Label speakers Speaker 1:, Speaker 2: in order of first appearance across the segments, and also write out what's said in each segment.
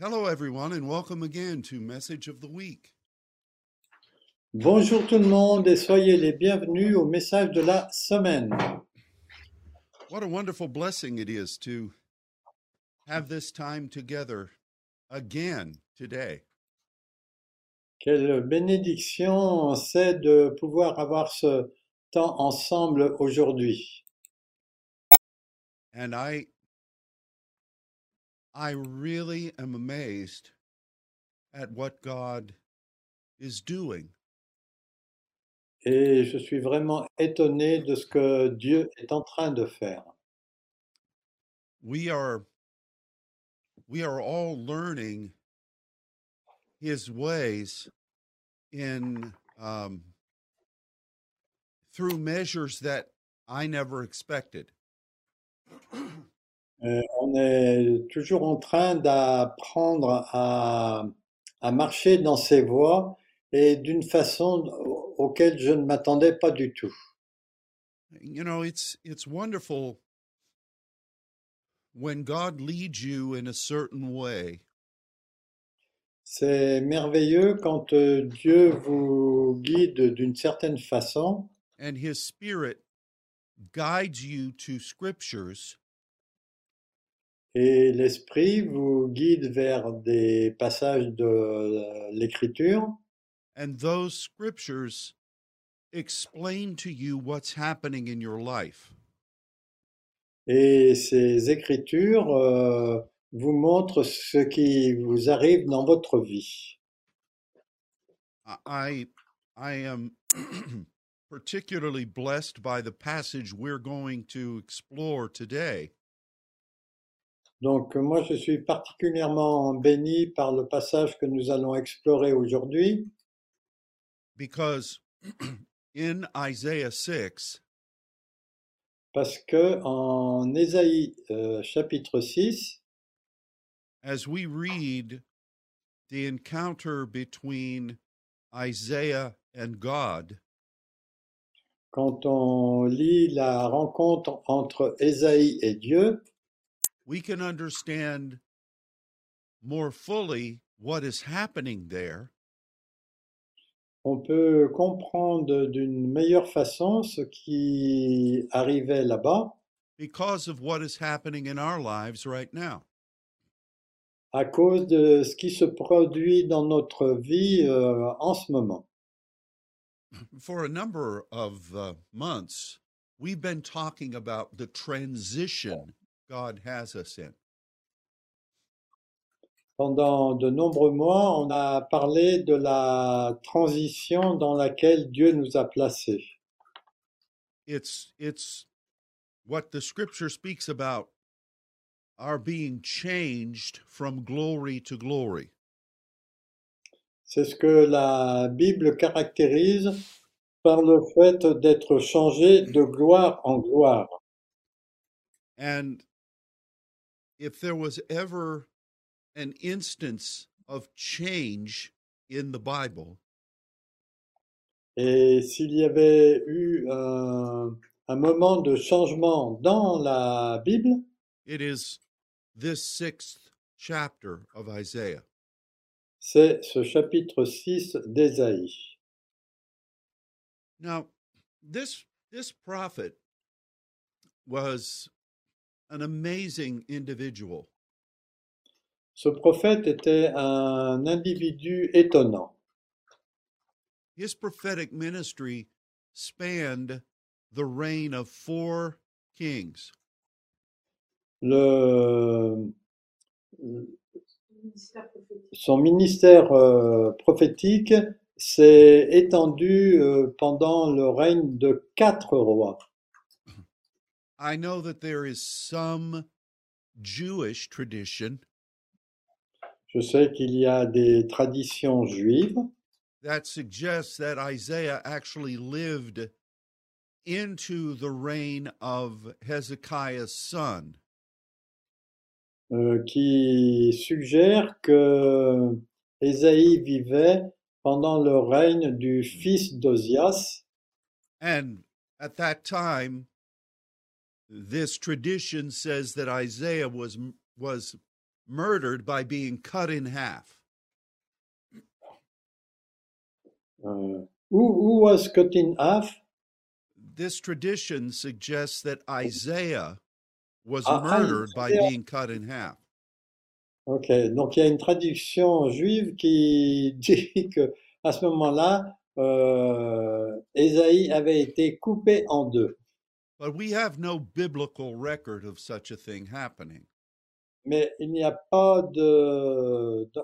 Speaker 1: Hello, everyone, and welcome again to Message of the Week.
Speaker 2: Bonjour tout le monde et soyez les bienvenus au message de la semaine.
Speaker 1: What a wonderful blessing it is to have this time together again today.
Speaker 2: Quelle bénédiction c'est de pouvoir avoir ce temps ensemble aujourd'hui.
Speaker 1: And I I really am amazed at what God is doing.
Speaker 2: Et je suis vraiment étonné de ce que Dieu est en train de faire.
Speaker 1: We are we are all learning his ways in um, through measures that I never expected.
Speaker 2: Euh, on est toujours en train d'apprendre à, à marcher dans ses voies et d'une façon au- auquel je ne m'attendais pas du tout.
Speaker 1: You know, it's it's wonderful when God leads you in a certain way
Speaker 2: C'est merveilleux quand euh, Dieu vous guide d'une certaine façon
Speaker 1: and his spirit guides you to scriptures
Speaker 2: et l'Esprit vous guide vers des passages de euh, l'Écriture
Speaker 1: and those scriptures explain to you what's happening in your life.
Speaker 2: et ces Écritures euh, vous montrent ce qui vous arrive dans votre vie.
Speaker 1: I- I I am particularly blessed by the passage we're going to explore today.
Speaker 2: Donc euh, moi je suis particulièrement béni par le passage que nous allons explorer aujourd'hui
Speaker 1: because in Isaiah 6,
Speaker 2: parce que en Ésaïe euh, chapitre 6
Speaker 1: as we read the encounter between Isaiah and God,
Speaker 2: quand on lit la rencontre entre Ésaïe et Dieu,
Speaker 1: we can understand more fully what is happening there
Speaker 2: on peut comprendre d'une meilleure façon ce qui arrivait là-bas
Speaker 1: because of what is happening in our lives right now.
Speaker 2: à cause de ce qui se produit dans notre vie euh, en ce moment.
Speaker 1: For a number of uh, months, we've been talking about the transition God has us in.
Speaker 2: Pendant de nombreux mois, on a parlé de la transition dans laquelle Dieu nous a placés.
Speaker 1: It's it's what the scripture speaks about are being changed from glory to glory.
Speaker 2: C'est ce que la Bible caractérise par le fait d'être changé de gloire en gloire.
Speaker 1: And if there was ever an instance of change in the Bible,
Speaker 2: Et s'il y avait eu un, un moment de changement dans la Bible,
Speaker 1: it is this sixth chapter of Isaiah.
Speaker 2: c'est ce chapitre 6 d'Ésaïe.
Speaker 1: Now, this this prophet was an amazing individual.
Speaker 2: Ce prophète était un individu étonnant.
Speaker 1: His prophetic ministry spanned the reign of four kings.
Speaker 2: Le- son ministère euh, prophétique s'est étendu euh, pendant le règne de quatre rois.
Speaker 1: I know that there is some Jewish tradition
Speaker 2: Je sais qu'il y a des traditions juives
Speaker 1: that suggests that Isaiah actually lived into the reign of Hezekiah's son.
Speaker 2: euh, qui suggèrent que Ésaïe vivait pendant le règne du fils d'Ozias.
Speaker 1: And at that time, this tradition says that Isaiah was was murdered by being cut in half.
Speaker 2: Euh, who, who was cut in half?
Speaker 1: This tradition suggests that Isaiah was
Speaker 2: Ah, ah,
Speaker 1: murdered by
Speaker 2: Isaiah.
Speaker 1: being cut in half.
Speaker 2: Ok, donc il y a une traduction juive qui dit que à ce moment-là, euh, Ésaïe avait été coupé en deux.
Speaker 1: But we have no biblical record of such a thing happening.
Speaker 2: Mais il n'y a pas de, de,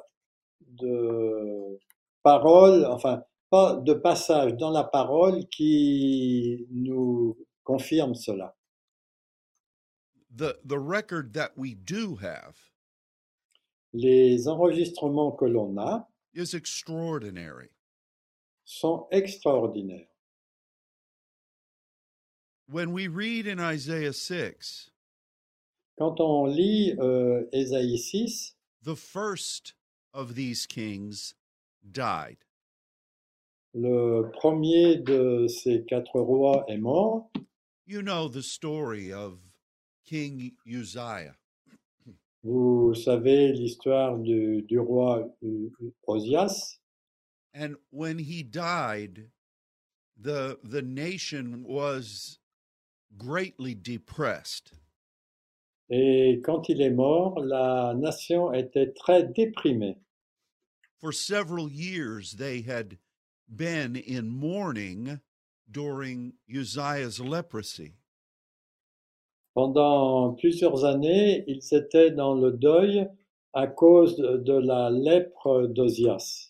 Speaker 2: de parole, enfin, pas de passage dans la parole qui nous confirme cela.
Speaker 1: The, the record that we do have
Speaker 2: Les enregistrements que l'on a
Speaker 1: is extraordinary.
Speaker 2: sont extraordinaires.
Speaker 1: When we read in Isaiah 6,
Speaker 2: Quand on lit euh, Ésaïe 6,
Speaker 1: the first of these kings died.
Speaker 2: Le premier de ces quatre rois est mort.
Speaker 1: You know the story of King Uzziah.
Speaker 2: Vous savez l'histoire du, du roi U- U- Osias.
Speaker 1: And when he died, the, the nation was greatly depressed.
Speaker 2: Et quand il est mort, la nation était très déprimée.
Speaker 1: For several years, they had been in mourning during Uzziah's leprosy.
Speaker 2: Pendant plusieurs années, ils étaient dans le deuil à cause de, de la lèpre d'Osias.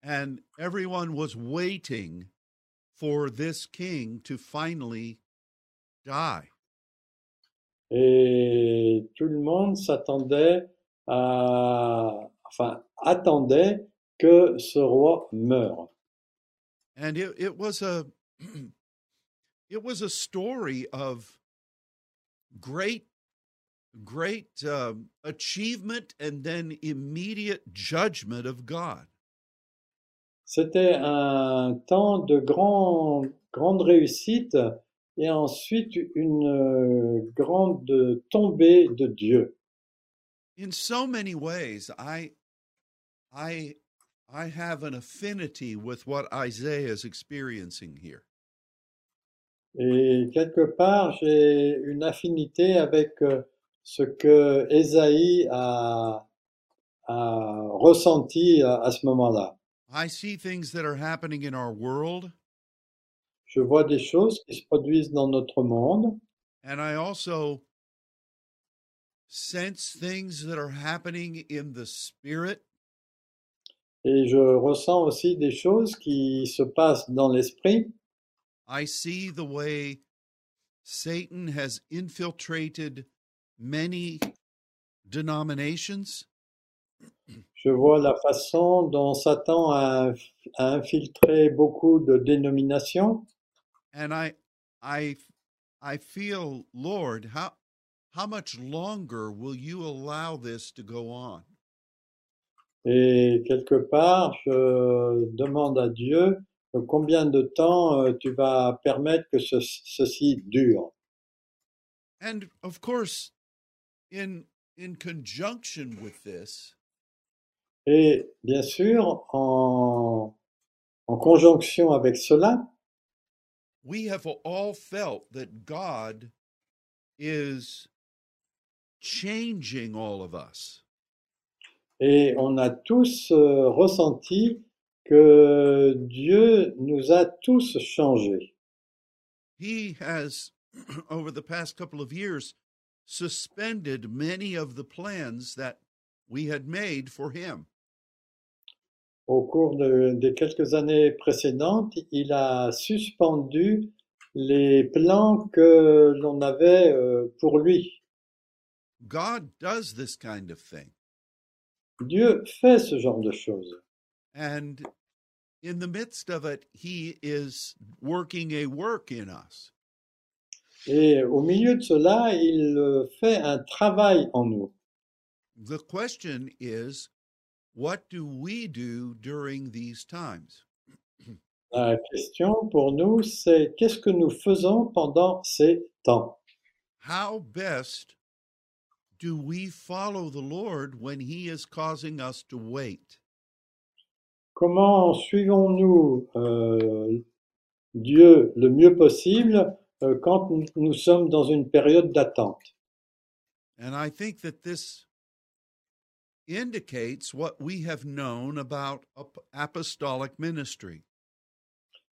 Speaker 1: And everyone was waiting for this king to finally die.
Speaker 2: Et tout le monde s'attendait à, enfin, attendait que ce roi meure.
Speaker 1: and it, it was a it was a story of great great um, achievement and then immediate judgment of god
Speaker 2: C'était un temps de grand, grande réussite et ensuite une euh, grande tombée de Dieu.
Speaker 1: in so many ways i i i have an affinity with what isaiah is experiencing here
Speaker 2: Et quelque part, j'ai une affinité avec euh, ce que Ésaïe a, a ressenti à, à ce moment-là.
Speaker 1: i see things that are happening in our world
Speaker 2: Je vois des choses qui se produisent dans notre monde
Speaker 1: and i also sense things that are happening in the spirit
Speaker 2: et je ressens aussi des choses qui se passent dans l'esprit.
Speaker 1: I see the way Satan has infiltrated many denominations.
Speaker 2: Je vois la façon dont Satan a, inf- a infiltré beaucoup de dénominations
Speaker 1: And I I I feel, Lord, how how much longer will you allow this to go on?
Speaker 2: et quelque part, je demande à Dieu euh, combien de temps euh, tu vas permettre que ce- ceci dure.
Speaker 1: And of course, in in conjunction with this,
Speaker 2: Et bien sûr, en, en conjonction avec cela,
Speaker 1: we have all felt that God is changing all of us.
Speaker 2: et on a tous euh, ressenti que Dieu nous a tous changés.
Speaker 1: he has over the past couple of years suspended many of the plans that we had made for him
Speaker 2: Au cours de- des quelques années précédentes, il a suspendu les plans que l'on avait euh, pour lui.
Speaker 1: god does this kind of thing
Speaker 2: Dieu fait ce genre de choses.
Speaker 1: and in the midst of it he is working a work in us
Speaker 2: Et au milieu de cela, il euh, fait un travail en nous.
Speaker 1: the question is what do we do during these times
Speaker 2: La question pour nous, c'est qu'est-ce que nous faisons pendant ces temps?
Speaker 1: how best do we follow the Lord when He is causing us to wait?
Speaker 2: Comment suivons-nous euh, Dieu le mieux possible euh, quand nous- nous sommes dans une période d'attente
Speaker 1: And I think that this indicates what we have known about ap- apostolic ministry.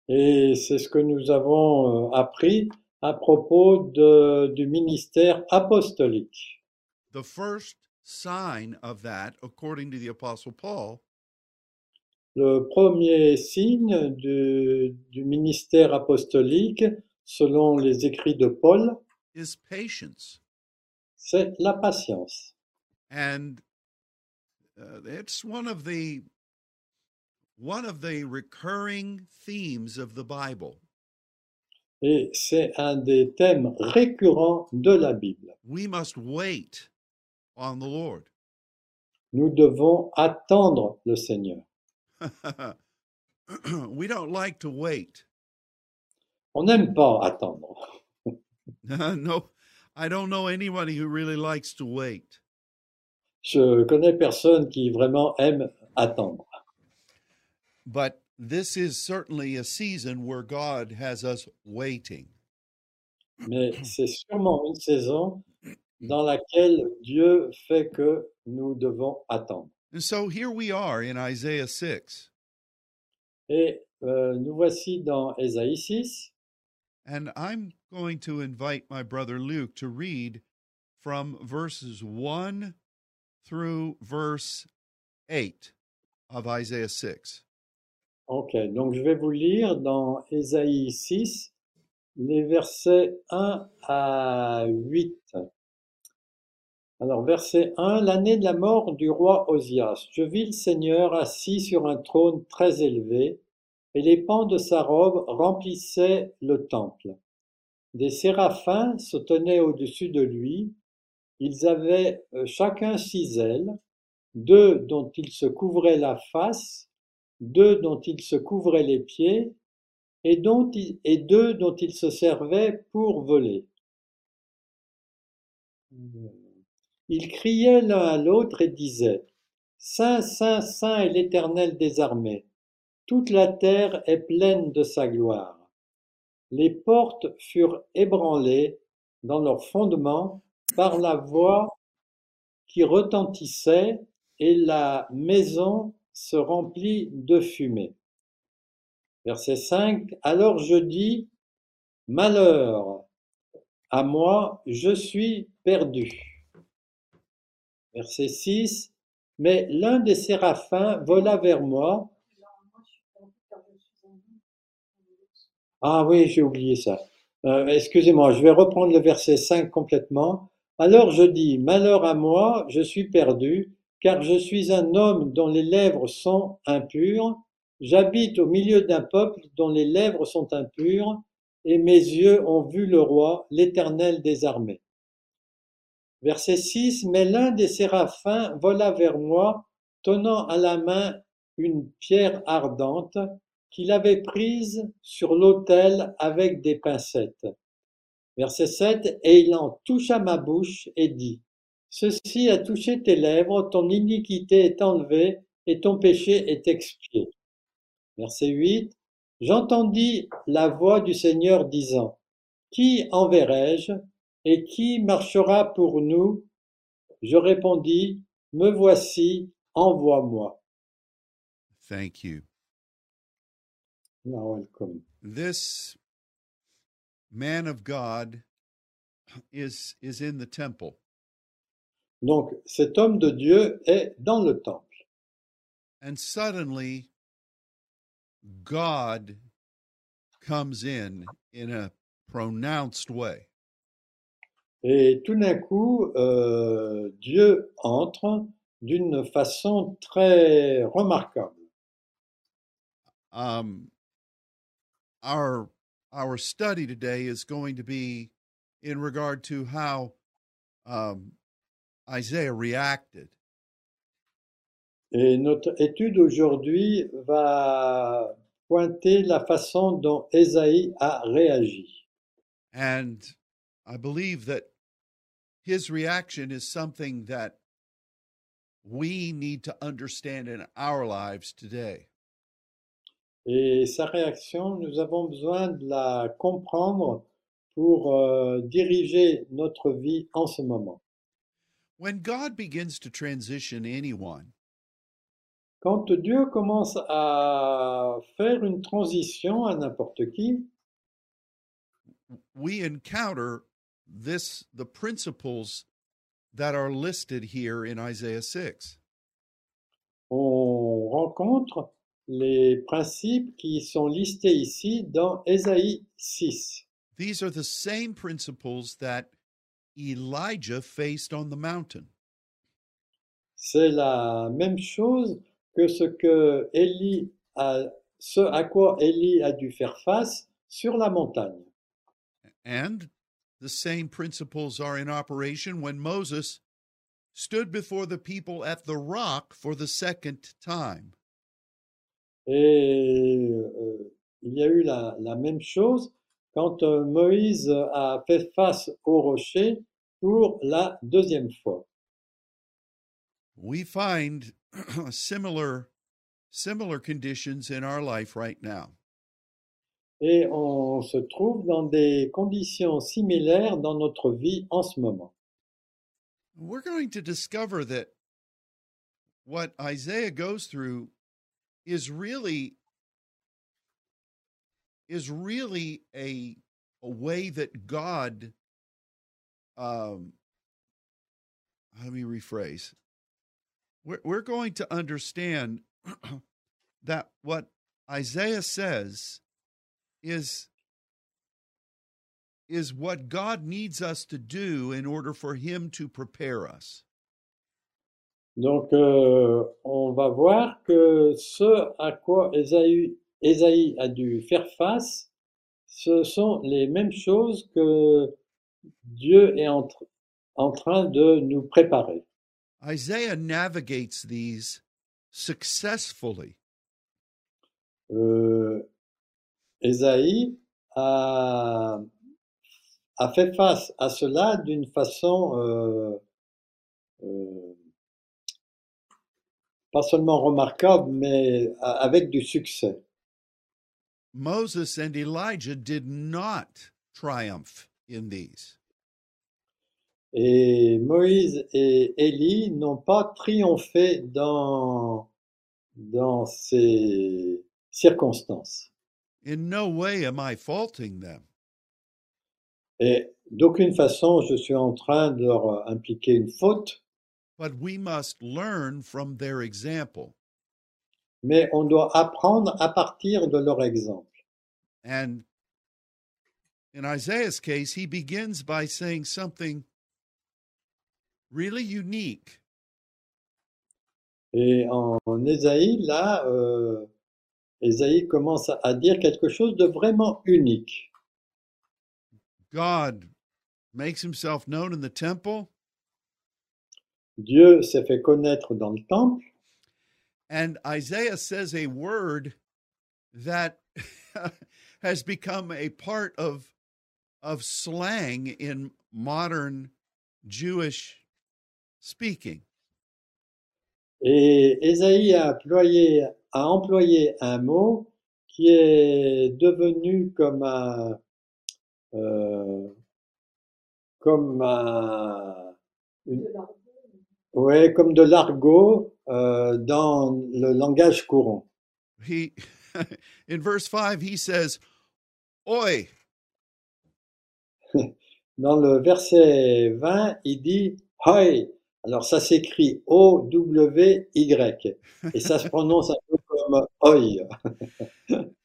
Speaker 2: Et c'est ce que nous avons euh, appris à propos de- du ministère apostolique.
Speaker 1: The first sign of that, according to the Apostle Paul,
Speaker 2: Le premier signe du, du ministère apostolique, selon les écrits de Paul,
Speaker 1: is patience.
Speaker 2: c'est la patience.
Speaker 1: And uh, it's one of the one of the recurring themes of the Bible.
Speaker 2: Et c'est un des thèmes récurrents de la Bible.
Speaker 1: We must wait on the Lord.
Speaker 2: Nous devons attendre le Seigneur.
Speaker 1: we don't like to wait.
Speaker 2: On n'aime pas attendre.
Speaker 1: no, I don't know anybody who really likes to wait.
Speaker 2: Je connais personne qui vraiment aime attendre.
Speaker 1: But this is certainly a season where God has us waiting.
Speaker 2: Mais c'est sûrement une saison dans laquelle Dieu fait que nous devons attendre.
Speaker 1: And so here we are in Isaiah 6.
Speaker 2: Et euh, nous voici dans Ésaïe 6,
Speaker 1: And I'm going to invite my brother Luke to read from verses 1 through verse 8 of Isaiah 6.
Speaker 2: Ok, donc je vais vous lire dans Ésaïe 6, les versets 1 à 8. Alors, verset 1, l'année de la mort du roi Osias. Je vis le Seigneur assis sur un trône très élevé, et les pans de sa robe remplissaient le temple. Des séraphins se tenaient au-dessus de lui. Ils avaient euh, chacun six ailes, deux dont ils se couvraient la face, deux dont ils se couvraient les pieds, et, dont ils- et deux dont ils se servaient pour voler. Ils criaient l'un à l'autre et disaient, Saint, Saint, Saint est l'Éternel des armées, toute la terre est pleine de sa gloire. Les portes furent ébranlées dans leur fondement par la voix qui retentissait et la maison se remplit de fumée. Verset 5. Alors je dis, malheur, à moi, je suis perdu. Verset 6. Mais l'un des séraphins vola vers moi. Ah oui, j'ai oublié ça. Euh, Excusez-moi, je vais reprendre le verset 5 complètement. Alors je dis, malheur à moi, je suis perdu, car je suis un homme dont les lèvres sont impures. J'habite au milieu d'un peuple dont les lèvres sont impures, et mes yeux ont vu le roi, l'Éternel des armées. Verset 6, mais l'un des séraphins vola vers moi, tenant à la main une pierre ardente qu'il avait prise sur l'autel avec des pincettes. Verset 7, et il en toucha ma bouche et dit, Ceci a touché tes lèvres, ton iniquité est enlevée et ton péché est expié. Verset 8, j'entendis la voix du Seigneur disant, Qui enverrai-je et qui marchera pour nous Je répondis, Me voici, envoie-moi.
Speaker 1: Thank you.
Speaker 2: You're welcome.
Speaker 1: This man of God is is in the temple.
Speaker 2: Donc cet homme de Dieu est dans le temple.
Speaker 1: And suddenly, God comes in in a pronounced way.
Speaker 2: Et tout d'un coup, euh, Dieu entre d'une façon très remarquable.
Speaker 1: Um, our our study today is going to be in regard to how um, Isaiah reacted,
Speaker 2: Et notre étude aujourd'hui va pointer la façon dont Ésaïe a réagi.
Speaker 1: and I believe that his reaction is something that we need to understand in our lives today.
Speaker 2: Et sa réaction, nous avons besoin de la comprendre pour euh, diriger notre vie en ce moment.
Speaker 1: When God begins to transition anyone,
Speaker 2: Quand Dieu commence à faire une transition à n'importe qui,
Speaker 1: we encounter this the principles that are listed here in Isaiah 6.
Speaker 2: on rencontre les principes qui sont listés ici dans Ésaïe 6.
Speaker 1: These are the same principles that Elijah faced on the mountain.
Speaker 2: C'est la même chose que ce que Élie a, ce à quoi Élie a dû faire face sur la montagne.
Speaker 1: And the same principles are in operation when Moses stood before the people at the rock for the second time.
Speaker 2: Et euh, il y a eu la, la même chose quand euh, Moïse a fait face au rocher pour la deuxième fois.
Speaker 1: We find similar similar conditions in our life right now.
Speaker 2: Et on se trouve dans des conditions similaires dans notre vie en ce moment.
Speaker 1: We're going to discover that what Isaiah goes through is really is really a a way that God um let me rephrase. We're we're going to understand that what Isaiah says is is what God needs us to do in order for him to prepare us.
Speaker 2: Donc, euh, on va voir que ce à quoi Ésaü- Ésaïe a dû faire face, ce sont les mêmes choses que Dieu est en, tr- en train de nous préparer.
Speaker 1: Isaiah navigates these successfully.
Speaker 2: Euh, Ésaïe a, a fait face à cela d'une façon euh, euh, pas seulement remarquable, mais a- avec du succès.
Speaker 1: Moses and Elijah did not triumph in these.
Speaker 2: Et Moïse et Élie n'ont pas triomphé dans, dans ces circonstances.
Speaker 1: In no way am I faulting them.
Speaker 2: Et d'aucune façon, je suis en train de leur impliquer une faute,
Speaker 1: But we must learn from their example.
Speaker 2: mais on doit apprendre à partir de leur exemple.
Speaker 1: And in Isaiah's case, he begins by saying something really unique.
Speaker 2: Et en, en Ésaïe, là, euh, Ésaïe commence à dire quelque chose de vraiment unique.
Speaker 1: God makes himself known in the temple,
Speaker 2: Dieu s'est fait connaître dans le temple.
Speaker 1: and Isaiah says a word that has become a part of of slang in modern Jewish speaking.
Speaker 2: Et Ésaïe a employé, a employé un mot qui est devenu comme un, euh, comme un, une- ouais, comme de l'argot euh, dans le langage courant.
Speaker 1: He in verse 5 he says, "Oi,
Speaker 2: Dans le verset 20, il dit Hoi. Alors ça s'écrit O-W-Y. Et ça se prononce un peu comme Hoi.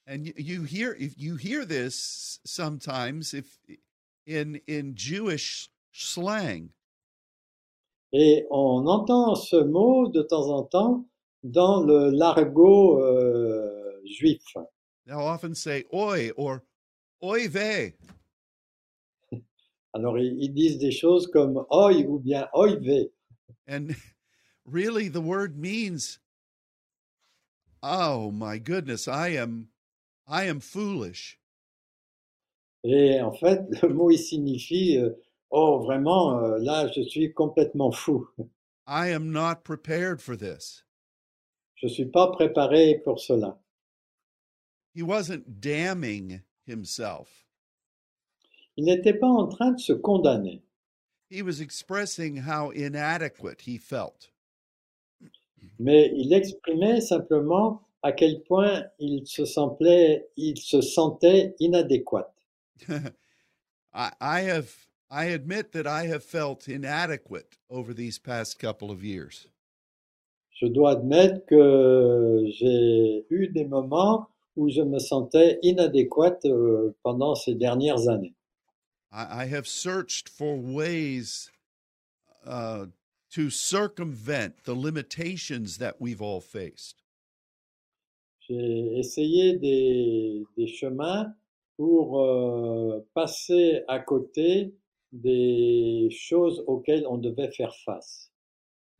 Speaker 1: and you, you hear if you hear this sometimes if in in Jewish slang
Speaker 2: Et on entend ce mot de temps en temps dans le l'argot euh, juif.
Speaker 1: they'll often say oi or oi ve
Speaker 2: Alors ils, ils disent des choses comme Hoi ou bien Hoivé.
Speaker 1: and really the word means oh my goodness i am i am foolish
Speaker 2: Et en fait, le mot il signifie euh, Oh, vraiment, euh, là, je suis complètement fou.
Speaker 1: I am not prepared for this.
Speaker 2: Je suis pas préparé pour cela.
Speaker 1: He wasn't damning himself,
Speaker 2: Il n'était pas en train de se condamner.
Speaker 1: he was expressing how inadequate he felt.
Speaker 2: mais il exprimait simplement à quel point il se semblait, il se sentait inadéquat.
Speaker 1: I, I have I admit that I have felt inadequate over these past couple of years.
Speaker 2: Je dois admettre que j'ai eu des moments où je me sentais inadéquat euh, pendant ces dernières années.
Speaker 1: I, I have searched for ways uh, to circumvent the limitations that we've all faced.
Speaker 2: J'ai essayé des, des chemins pour euh, passer à côté des choses auxquelles on devait faire face.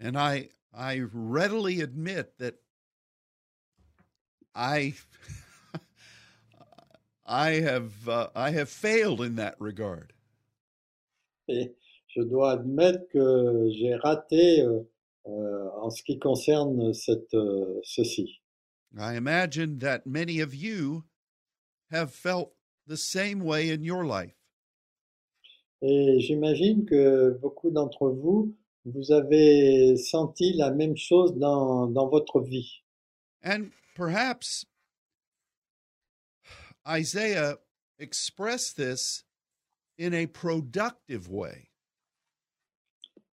Speaker 1: And I I readily admit that I I have uh, I have failed in that regard.
Speaker 2: Et je dois admettre que j'ai raté euh, euh, en ce qui concerne cette, euh, ceci.
Speaker 1: I imagine that many of you have felt the same way in your life.
Speaker 2: Et j'imagine que beaucoup d'entre vous, vous avez senti la même chose dans, dans votre vie.
Speaker 1: And perhaps Isaiah expressed this in a productive way.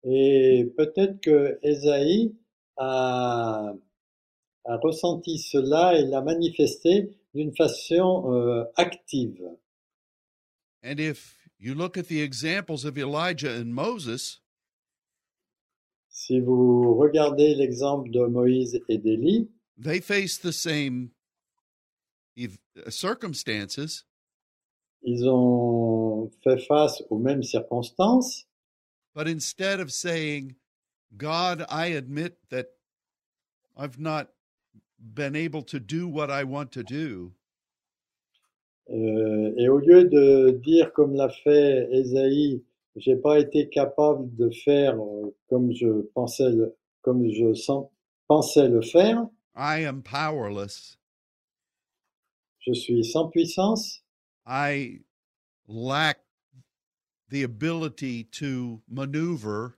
Speaker 2: Et peut-être que Ésaïe a, a ressenti cela et l'a manifesté d'une façon euh, active.
Speaker 1: And if you look at the examples of Elijah and Moses,
Speaker 2: Si vous regardez l'exemple de Moïse et d'Élie,
Speaker 1: they faced the same ev- uh, circumstances,
Speaker 2: ils ont fait face aux mêmes circonstances,
Speaker 1: But instead of saying, God, I admit that I've not been able to do what I want to do,
Speaker 2: Euh, et au lieu de dire comme l'a fait Ésaïe, j'ai pas été capable de faire euh, comme je pensais le, comme je sen- pensais le faire,
Speaker 1: I am powerless.
Speaker 2: je suis sans puissance,
Speaker 1: I lack the ability to maneuver.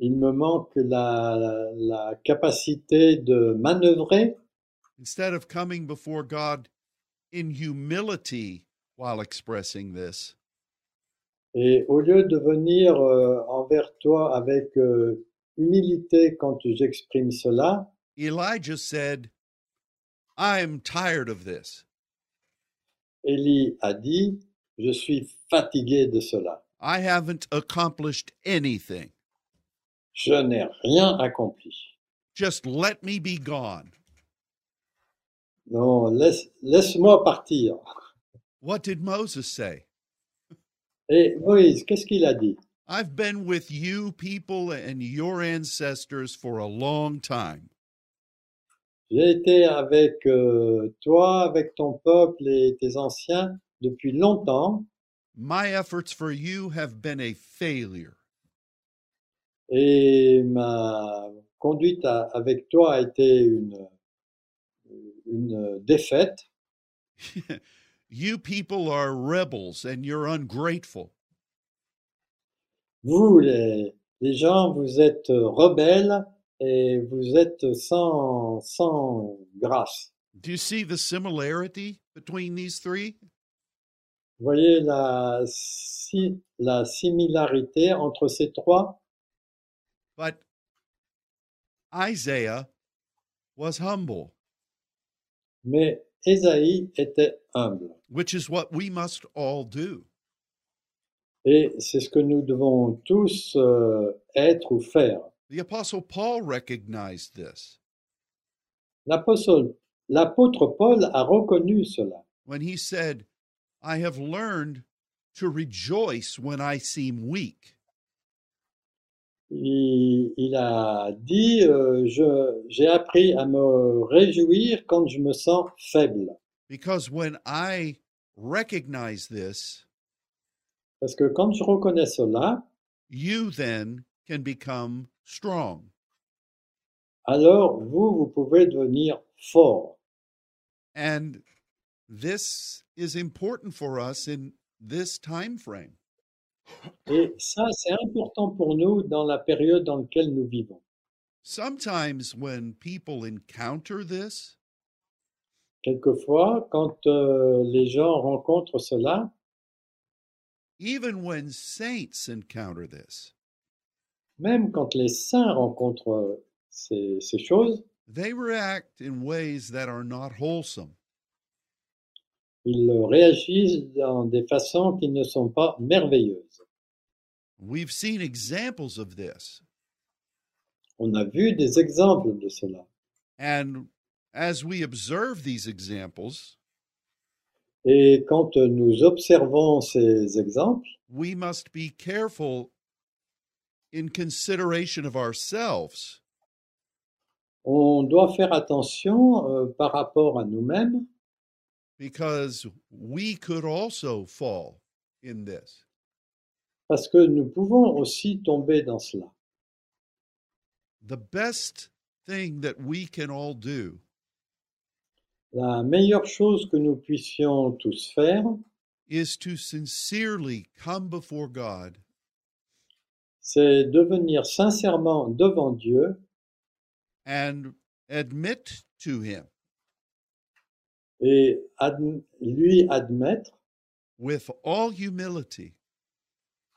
Speaker 2: il me manque la, la capacité de manœuvrer,
Speaker 1: Instead of coming before God in humility while expressing this,
Speaker 2: et au lieu de venir euh, envers toi avec euh, humilité quand j'exprime cela,
Speaker 1: Elijah said, I am tired of this.
Speaker 2: Élie a dit, je suis fatigué de cela,
Speaker 1: I haven't accomplished anything.
Speaker 2: je n'ai rien accompli.
Speaker 1: Just let me be gone.
Speaker 2: Non, laisse, laisse-moi partir.
Speaker 1: What did Moses say?
Speaker 2: Et Moïse, qu'est-ce qu'il a dit?
Speaker 1: I've been with you people and your ancestors for a long time.
Speaker 2: J'ai été avec euh, toi, avec ton peuple et tes anciens depuis longtemps,
Speaker 1: My efforts for you have been a failure.
Speaker 2: et ma conduite à- avec toi a été une, une défaite.
Speaker 1: you people are rebels and you're ungrateful.
Speaker 2: Vous, les, les gens, vous êtes euh, rebelles et vous êtes sans, sans grâce.
Speaker 1: Do you see the similarity between these three?
Speaker 2: Vous voyez la, si, la similarité entre ces trois?
Speaker 1: But Isaiah was humble,
Speaker 2: Mais Ésaïe était humble.
Speaker 1: which is what we must all do.
Speaker 2: Et c'est ce que nous devons tous euh, être ou faire.
Speaker 1: The Apostle Paul recognized this.
Speaker 2: L'apôtre l'apôtre Paul a reconnu cela.
Speaker 1: when he said, I have learned to rejoice when I seem weak.
Speaker 2: Il, il a dit, euh, Je- j'ai appris à me réjouir quand je me sens faible.
Speaker 1: Because when I recognize this,
Speaker 2: Parce que quand je reconnais cela,
Speaker 1: you then can become strong.
Speaker 2: alors vous, vous pouvez devenir fort.
Speaker 1: And this is important for us in this time frame.
Speaker 2: Et ça, c'est important pour nous dans la période dans laquelle nous vivons.
Speaker 1: Sometimes when people encounter this,
Speaker 2: Quelquefois, quand euh, les gens rencontrent cela,
Speaker 1: even when saints encounter this,
Speaker 2: même quand les saints rencontrent euh, ces, ces choses,
Speaker 1: they react in ways that are not wholesome.
Speaker 2: ils réagissent dans des façons qui ne sont pas merveilleuses.
Speaker 1: We've seen examples of this.
Speaker 2: On a vu des exemples de cela.
Speaker 1: And as we observe these examples,
Speaker 2: Et quand euh, nous observons ces exemples,
Speaker 1: we must be careful in consideration of ourselves
Speaker 2: on doit faire attention euh, par rapport à nous-mêmes
Speaker 1: because we could also fall in this.
Speaker 2: parce que nous pouvons aussi tomber dans cela.
Speaker 1: The best thing that we can all do
Speaker 2: La meilleure chose que nous puissions tous faire,
Speaker 1: is to sincerely come before God
Speaker 2: c'est de venir sincèrement devant Dieu
Speaker 1: and admit to Him
Speaker 2: et adm- lui admettre
Speaker 1: with all humility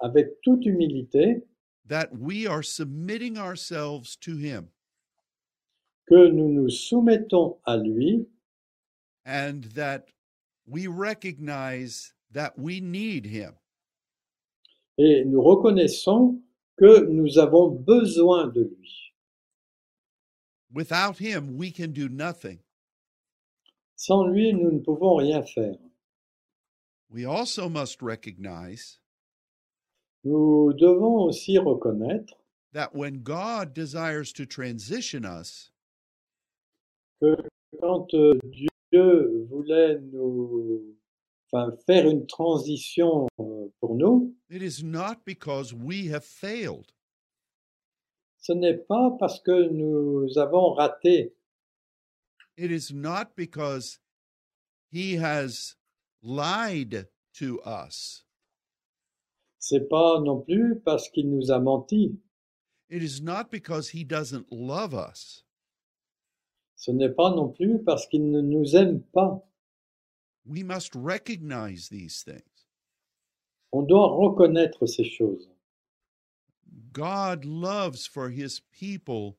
Speaker 2: avec toute humilité
Speaker 1: that we are submitting ourselves to Him
Speaker 2: que nous nous soumettons à lui
Speaker 1: and that we recognize that we need Him.
Speaker 2: et nous reconnaissons que nous avons besoin de lui.
Speaker 1: Without Him, we can do nothing.
Speaker 2: Sans lui, nous ne pouvons rien faire.
Speaker 1: We also must recognize
Speaker 2: Nous devons aussi reconnaître
Speaker 1: that when God desires to transition us,
Speaker 2: que quand euh, Dieu voulait nous enfin, faire une transition euh, pour nous,
Speaker 1: it is not because we have failed.
Speaker 2: ce n'est pas parce que nous avons raté,
Speaker 1: It is not because He has lied to us.
Speaker 2: c'est pas non plus parce qu'il nous a menti,
Speaker 1: It is not because He doesn't love us.
Speaker 2: ce n'est pas non plus parce qu'il ne nous aime pas.
Speaker 1: We must recognize these things.
Speaker 2: On doit reconnaître ces choses.
Speaker 1: God loves for His people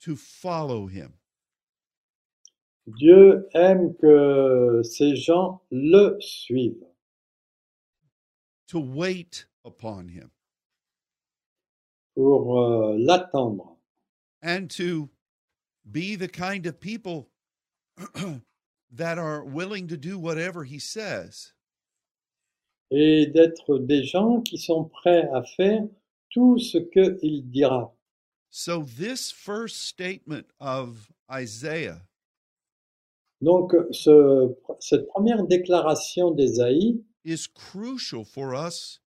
Speaker 1: to follow Him.
Speaker 2: Dieu aime que ces gens le suivent,
Speaker 1: to wait upon him
Speaker 2: pour euh, l'attendre,
Speaker 1: and to be the kind of people that are willing to do whatever he says.
Speaker 2: et d'être des gens qui sont prêts à faire tout ce qu'il dira.
Speaker 1: So, this first statement of Isaiah
Speaker 2: Donc, ce- cette première déclaration d'Ésaïe,
Speaker 1: is crucial for us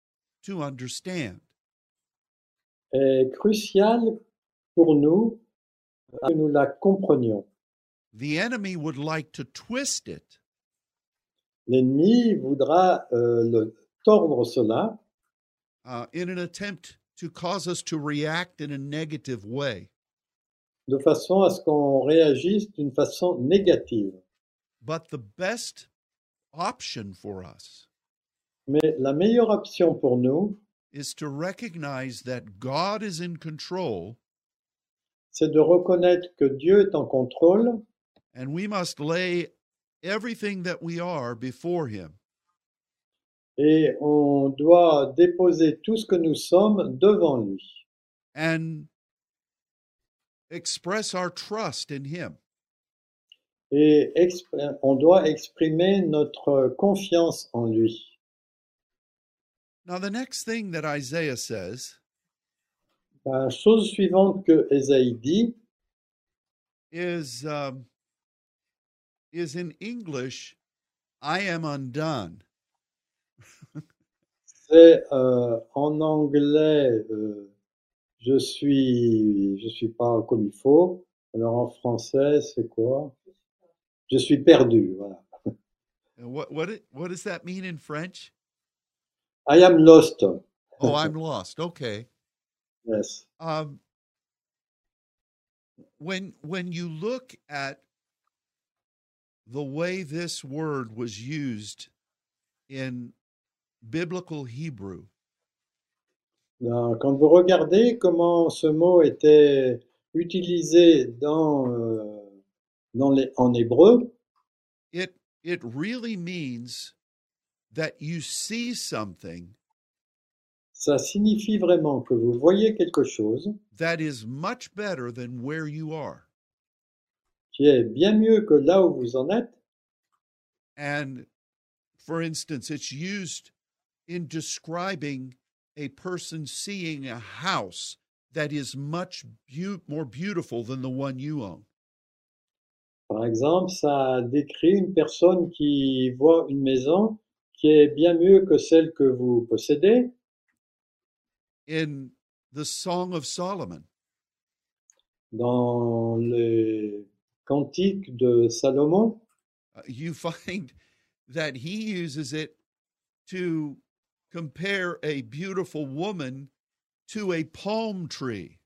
Speaker 1: to understand.
Speaker 2: est cruciale pour nous, à que nous la comprenions.
Speaker 1: The enemy would like to twist it
Speaker 2: L'ennemi voudra euh, le tordre cela
Speaker 1: uh, in an attempt to cause us to react in a negative way.
Speaker 2: de façon à ce qu'on réagisse d'une façon négative.
Speaker 1: But the best option for us
Speaker 2: Mais la meilleure option pour nous,
Speaker 1: is to recognize that God is in control
Speaker 2: c'est de reconnaître que Dieu est en contrôle
Speaker 1: and we must lay everything that we are before Him.
Speaker 2: et on doit déposer tout ce que nous sommes devant lui
Speaker 1: and express our trust in Him.
Speaker 2: et exp- on doit exprimer notre confiance en lui.
Speaker 1: Now, the next thing that Isaiah says
Speaker 2: La chose suivante que Ésaïe dit,
Speaker 1: is um, is in English, "I am undone."
Speaker 2: C'est euh, en anglais, euh, je suis, je suis pas comme il faut. Alors en français, c'est quoi Je suis perdu. Voilà.
Speaker 1: And what what it- what does that mean in French?
Speaker 2: I am lost.
Speaker 1: Oh, I'm lost. Okay.
Speaker 2: Yes.
Speaker 1: Um, when when you look at the way this word was used in biblical Hebrew,
Speaker 2: Alors, quand vous regardez comment ce mot était utilisé dans, euh, dans les, en hébreu,
Speaker 1: it it really means that you see something
Speaker 2: ça signifie vraiment que vous voyez quelque chose
Speaker 1: that is much better than where you are.
Speaker 2: qui est bien mieux que là où vous en êtes.
Speaker 1: And for instance, it's used in describing a person seeing a house that is much beau- more beautiful than the one you own.
Speaker 2: Par exemple, ça décrit une personne qui voit une maison qui est bien mieux que celle que vous possédez.
Speaker 1: In the Song of Solomon,
Speaker 2: Dans les cantiques de Salomon,
Speaker 1: uh, you find that he uses it to compare a beautiful woman to a palm tree.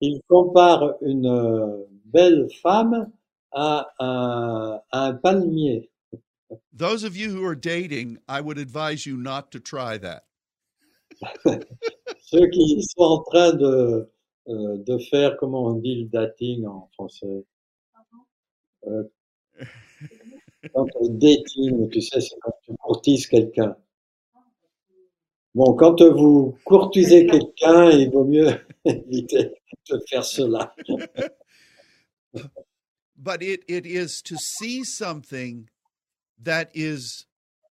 Speaker 2: il compare une euh, belle femme à un, à un palmier.
Speaker 1: Those of you who are dating, I would advise you not to try that.
Speaker 2: Ceux qui sont en train de, euh, de faire, comment on dit le dating en français Euh, quand on dating, tu sais, c'est quand tu courtises quelqu'un. Bon, quand vous courtisez quelqu'un, il vaut mieux éviter de faire cela.
Speaker 1: but it, it is to see something that is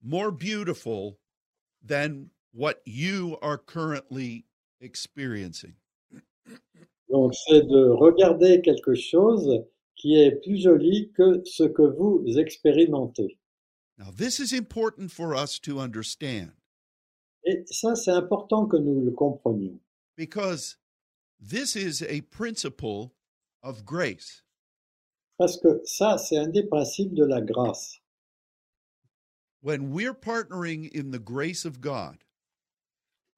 Speaker 1: more beautiful than what you are currently experiencing.
Speaker 2: Donc, c'est de regarder quelque chose qui est plus joli que ce que vous expérimentez.
Speaker 1: Now, this is important for us to understand
Speaker 2: Et ça, c'est important que nous le comprenions.
Speaker 1: because this is a principle of grace.
Speaker 2: Parce que ça, c'est un des principes de la grâce.
Speaker 1: When we're partnering in the grace of God,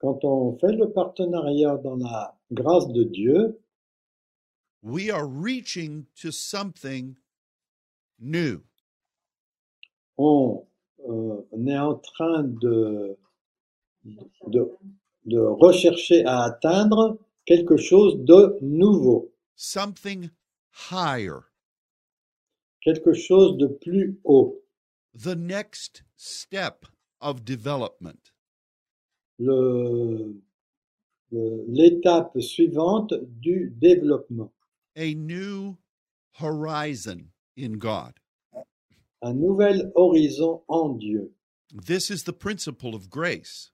Speaker 2: Quand on fait le partenariat dans la grâce de Dieu,
Speaker 1: we are reaching to something new.
Speaker 2: on, euh, on est en train de, de, de rechercher à atteindre quelque chose de nouveau,
Speaker 1: something higher,
Speaker 2: quelque chose de plus haut,
Speaker 1: the next step of development.
Speaker 2: le- le- l'étape suivante du développement,
Speaker 1: a new horizon in God.
Speaker 2: un nouvel horizon en Dieu.
Speaker 1: This is the principle of grace.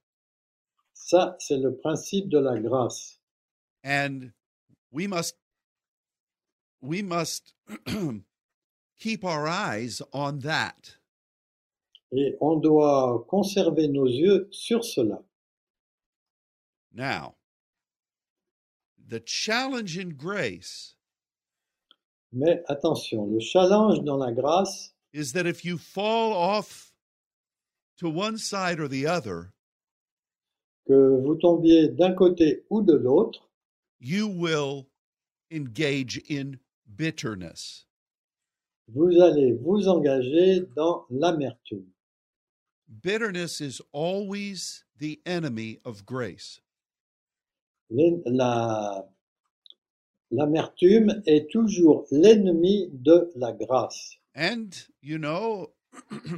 Speaker 2: Ça, c'est le principe de la grâce.
Speaker 1: And we must we must keep our eyes on that.
Speaker 2: Et on doit conserver nos yeux sur cela.
Speaker 1: Now, the challenge in grace
Speaker 2: Mais attention, le challenge dans la grâce,
Speaker 1: is that if you fall off to one side or the other,
Speaker 2: que vous tombiez d'un côté ou de l'autre,
Speaker 1: you will engage in bitterness.
Speaker 2: vous allez vous engager dans l'amertume.
Speaker 1: Bitterness is always the enemy of grace.
Speaker 2: L'en- la- L'amertume est toujours l'ennemi de la grâce.
Speaker 1: And, you know,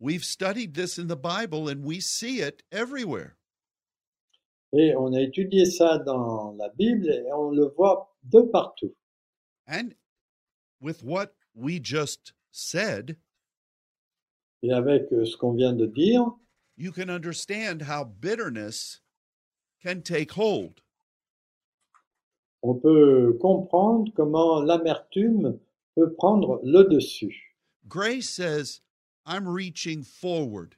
Speaker 1: we've studied this in the Bible and we see it everywhere.
Speaker 2: Et on a étudié ça dans la Bible et on le voit de partout.
Speaker 1: And with what we just said,
Speaker 2: Et avec euh, ce qu'on vient de dire,
Speaker 1: you can understand how bitterness can take hold.
Speaker 2: on peut comprendre comment l'amertume peut prendre le dessus.
Speaker 1: Grace says, I'm reaching forward,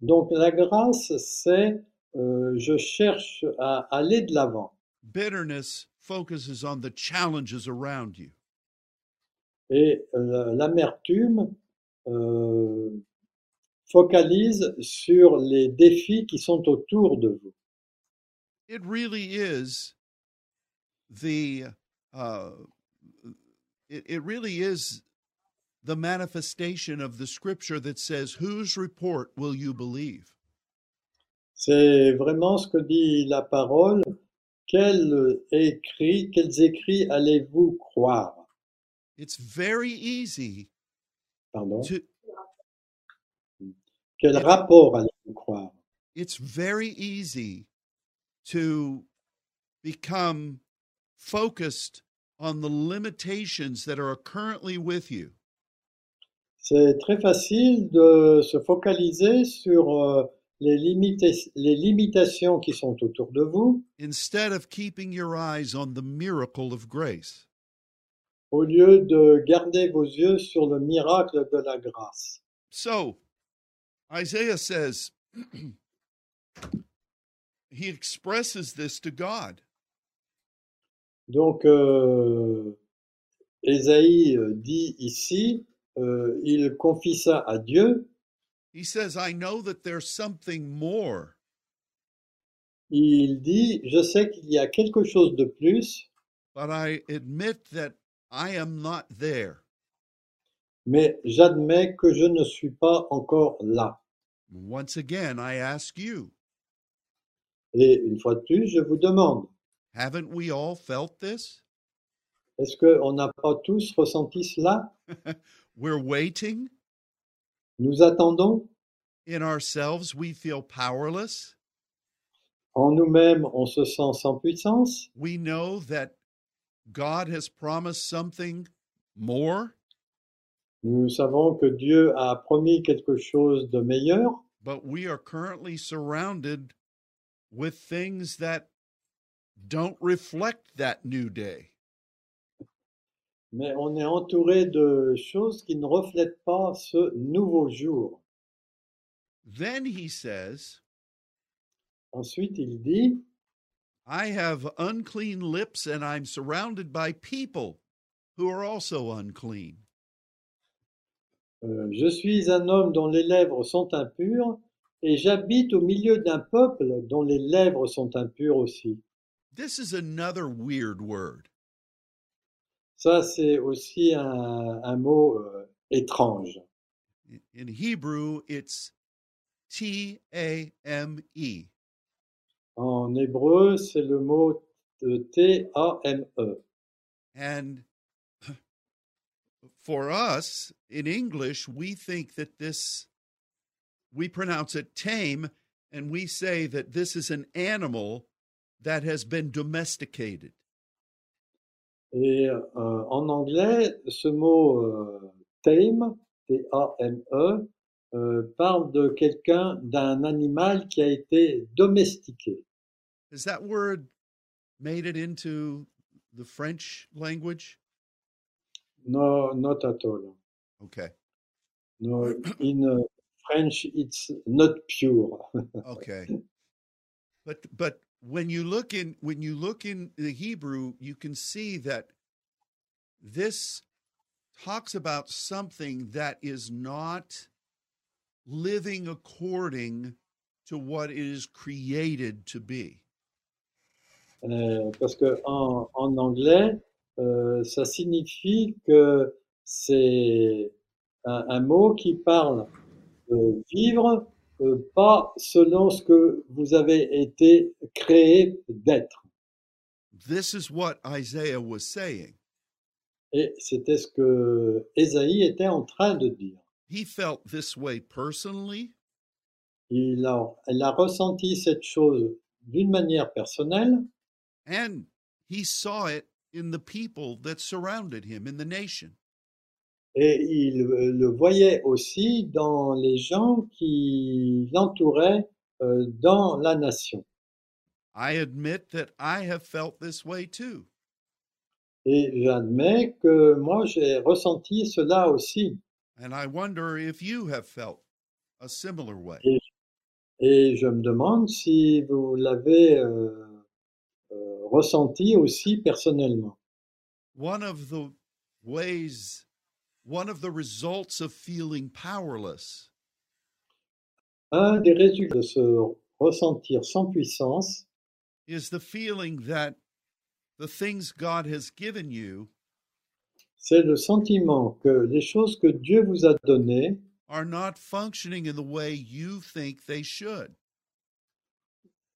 Speaker 2: Donc la grâce, c'est euh, je cherche à aller de l'avant.
Speaker 1: Bitterness focuses on the challenges around you.
Speaker 2: Et euh, l'amertume euh, focalise sur les défis qui sont autour de vous.
Speaker 1: It really is the uh, it, it really is the manifestation of the scripture that says, Whose report will you believe?
Speaker 2: C'est vraiment ce que dit la parole. Quel écrit, quels écrits allez-vous croire
Speaker 1: It's very easy
Speaker 2: Pardon.
Speaker 1: to
Speaker 2: Quel rapport allez-vous croire
Speaker 1: it's very easy to become focused on the limitations that are currently with you
Speaker 2: C'est très facile de se focaliser sur euh, les, limita- les limitations qui sont autour de vous
Speaker 1: instead of keeping your eyes on the miracle of grace.
Speaker 2: au lieu de garder vos yeux sur le miracle de la grâce.
Speaker 1: So, Isaiah says, he expresses this to God.
Speaker 2: Donc, euh, Ésaïe euh, dit ici, euh, il confie ça à Dieu,
Speaker 1: He says, I know that there's something more.
Speaker 2: il dit, je sais qu'il y a quelque chose de plus,
Speaker 1: but I admit that I am not there.
Speaker 2: mais j'admets que je ne suis pas encore là.
Speaker 1: Once again, I ask you,
Speaker 2: Et une fois de plus, je vous demande,
Speaker 1: haven't we all felt this?
Speaker 2: est-ce qu'on n'a pas tous ressenti cela
Speaker 1: We're waiting.
Speaker 2: Nous attendons
Speaker 1: In ourselves, we feel powerless.
Speaker 2: En nous-mêmes, on se sent sans puissance.
Speaker 1: We know that God has promised something more,
Speaker 2: Nous savons que Dieu a promis quelque chose de meilleur,
Speaker 1: but we are currently surrounded with things that don't reflect that new day.
Speaker 2: mais on est entouré de choses qui ne reflètent pas ce nouveau jour.
Speaker 1: Then he says,
Speaker 2: Ensuite, il dit,
Speaker 1: I have unclean lips and I'm surrounded by people who are also unclean.
Speaker 2: euh, Je suis un homme dont les lèvres sont impures, et j'habite au milieu d'un peuple dont les lèvres sont impures aussi.
Speaker 1: This is another weird word.
Speaker 2: Ça, c'est aussi un, un mot euh, étrange.
Speaker 1: In Hebrew, it's T A M E.
Speaker 2: En hébreu, c'est le mot euh, T-A-M-E.
Speaker 1: And for us in English, we think that this, we pronounce it tame, and we say that this is an animal that has been domesticated.
Speaker 2: Et euh, en anglais, ce mot euh, tame, T-A-M-E, euh, parle de quelqu'un, d'un animal qui a été domestiqué.
Speaker 1: Has that word made it into the French language?
Speaker 2: No, not at all.
Speaker 1: Okay.
Speaker 2: No, in uh, French, it's not pure.
Speaker 1: Okay. But but when you look in when you look in the Hebrew, you can see that this talks about something that is not living according to what it is created to be.
Speaker 2: Euh, parce que en, en anglais, euh, ça signifie que c'est un, un mot qui parle de vivre euh, pas selon ce que vous avez été créé d'être.
Speaker 1: This is what Isaiah was saying.
Speaker 2: Et c'était ce que Ésaïe était en train de dire.
Speaker 1: He felt this way personally.
Speaker 2: Il a, elle a ressenti cette chose d'une manière personnelle
Speaker 1: And he saw it in the people that surrounded him in the nation.
Speaker 2: et il euh, le voyait aussi dans les gens qui l'entouraient euh, dans la nation.
Speaker 1: I admit that I have felt this way too.
Speaker 2: Et j'admets que moi, j'ai ressenti cela aussi.
Speaker 1: And I wonder if you have felt a similar way.
Speaker 2: Et je me demande si vous l'avez euh, euh, ressenti aussi personnellement.
Speaker 1: One of the ways, one of the results of feeling powerless
Speaker 2: Un des résultats de se ressentir sans puissance,
Speaker 1: is the feeling that the things God has given you
Speaker 2: c'est le sentiment que les choses que Dieu vous a données
Speaker 1: are not functioning in the way you think they should.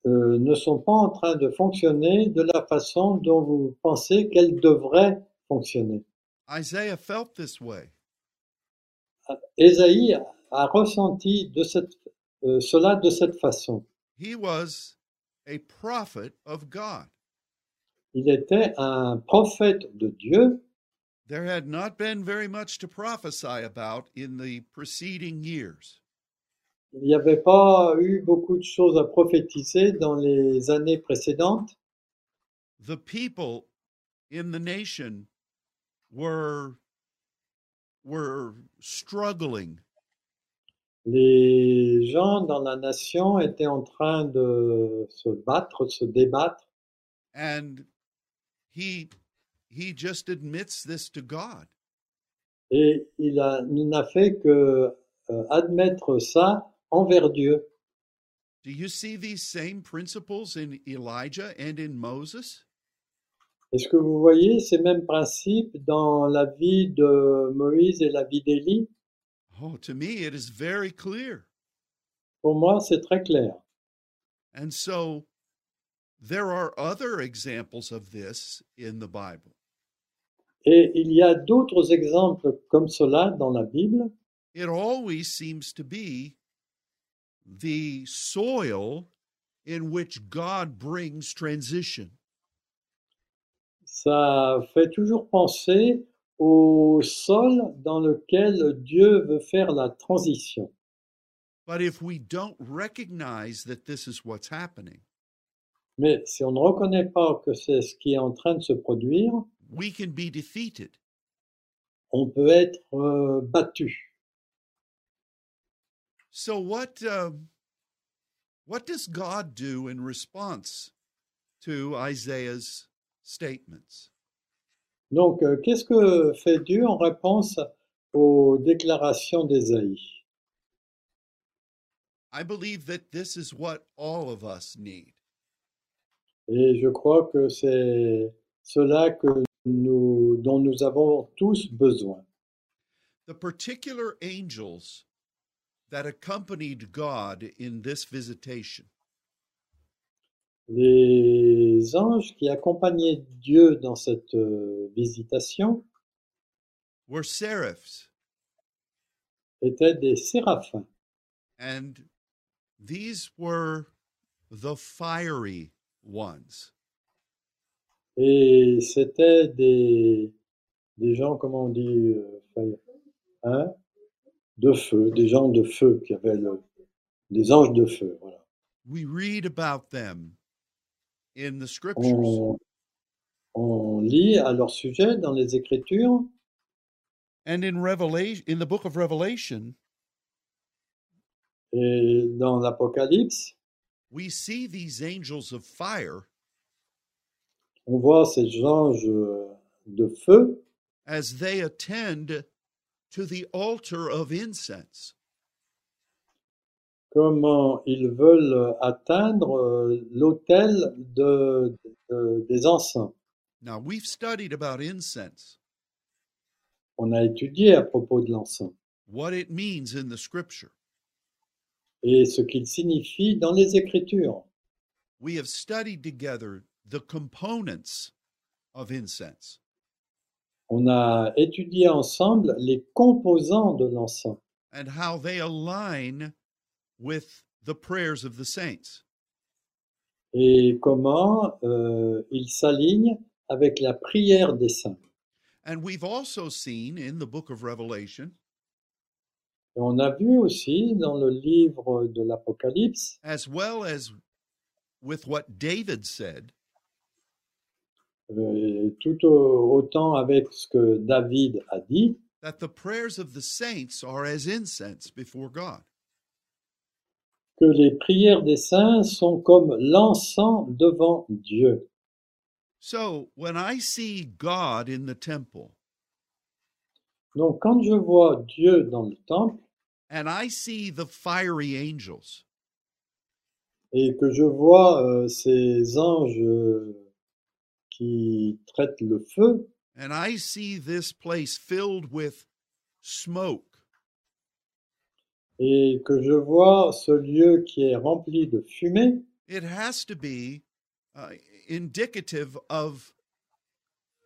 Speaker 2: euh, ne sont pas en train de fonctionner de la façon dont vous pensez qu'elles devraient fonctionner.
Speaker 1: Isaiah felt this way.
Speaker 2: Ésaïe a ressenti de cette- euh, cela de cette façon.
Speaker 1: He was a prophet of God.
Speaker 2: Il était un prophète de Dieu.
Speaker 1: There had not been very much to prophesy about in the preceding years.
Speaker 2: Il n'y avait pas eu beaucoup de choses à prophétiser dans les années précédentes.
Speaker 1: The people in the nation were were struggling
Speaker 2: Les gens dans la nation étaient en train de se battre, se débattre.
Speaker 1: and he he just admits this to God.
Speaker 2: Et il a- il n'a fait que euh, admettre ça envers Dieu.
Speaker 1: Do you see these same principles in Elijah and in Moses?
Speaker 2: Est-ce que vous voyez ces mêmes principes dans la vie de Moïse et la vie d'Élie
Speaker 1: Oh, to me it is very clear.
Speaker 2: Pour moi, c'est très clair.
Speaker 1: And so there are other examples of this in the Bible.
Speaker 2: Et il y a d'autres exemples comme cela dans la Bible.
Speaker 1: It always seems to be the soil in which God brings transition.
Speaker 2: Ça fait toujours penser au sol dans lequel Dieu veut faire la transition.
Speaker 1: But if we don't recognize that this is what's happening,
Speaker 2: Mais si on ne reconnaît pas que c'est ce qui est en train de se produire,
Speaker 1: we can be defeated.
Speaker 2: on peut être euh, battu.
Speaker 1: So what um, what does God do in response to Isaiah's statements?
Speaker 2: Donc, euh, qu'est-ce que fait Dieu en réponse aux déclarations d'Ésaïe
Speaker 1: I believe that this is what all of us need.
Speaker 2: Et je crois que c'est cela que nous, dont nous avons tous besoin.
Speaker 1: The particular angels that accompanied God in this visitation
Speaker 2: Les anges qui accompagnaient Dieu dans cette euh, visitation
Speaker 1: were seraphs,
Speaker 2: étaient des séraphins.
Speaker 1: and these were the fiery ones.
Speaker 2: Et c'était des, des gens, comment on dit, euh, fire- hein, de feu, des gens de feu qui avaient le- des anges de feu. Voilà.
Speaker 1: We read about them in the scriptures.
Speaker 2: On, on lit à leur sujet dans les Écritures
Speaker 1: And in Revelation, in the book of Revelation,
Speaker 2: et dans l'Apocalypse.
Speaker 1: we see these angels of fire
Speaker 2: On voit ces anges de feu
Speaker 1: as they attend to the altar of incense.
Speaker 2: comment ils veulent atteindre euh, l'autel de- de- des enceintes.
Speaker 1: Now, we've studied about incense,
Speaker 2: On a étudié à propos de l'encens
Speaker 1: what it means in the scripture.
Speaker 2: et ce qu'il signifie dans les Écritures.
Speaker 1: We have studied together the components of incense.
Speaker 2: On a étudié ensemble les composants de l'encens
Speaker 1: and how they align with the prayers of the saints.
Speaker 2: et comment euh, ils s'alignent avec la prière des saints.
Speaker 1: And we've also seen in the book of Revelation,
Speaker 2: Et on a vu aussi dans le livre de l'Apocalypse
Speaker 1: as well as with what David said,
Speaker 2: euh, et tout au- autant avec ce que David a dit,
Speaker 1: that the prayers of the saints are as incense before God.
Speaker 2: que que les prières des saints sont comme l'encens devant Dieu.
Speaker 1: So when I see God in the temple
Speaker 2: Donc quand je vois Dieu dans le temple
Speaker 1: and I see the fiery angels,
Speaker 2: et que je vois euh, ces anges euh, qui traitent le feu,
Speaker 1: and I see this place filled with smoke,
Speaker 2: et que je vois ce lieu qui est rempli de fumée,
Speaker 1: it has to be uh, indicative of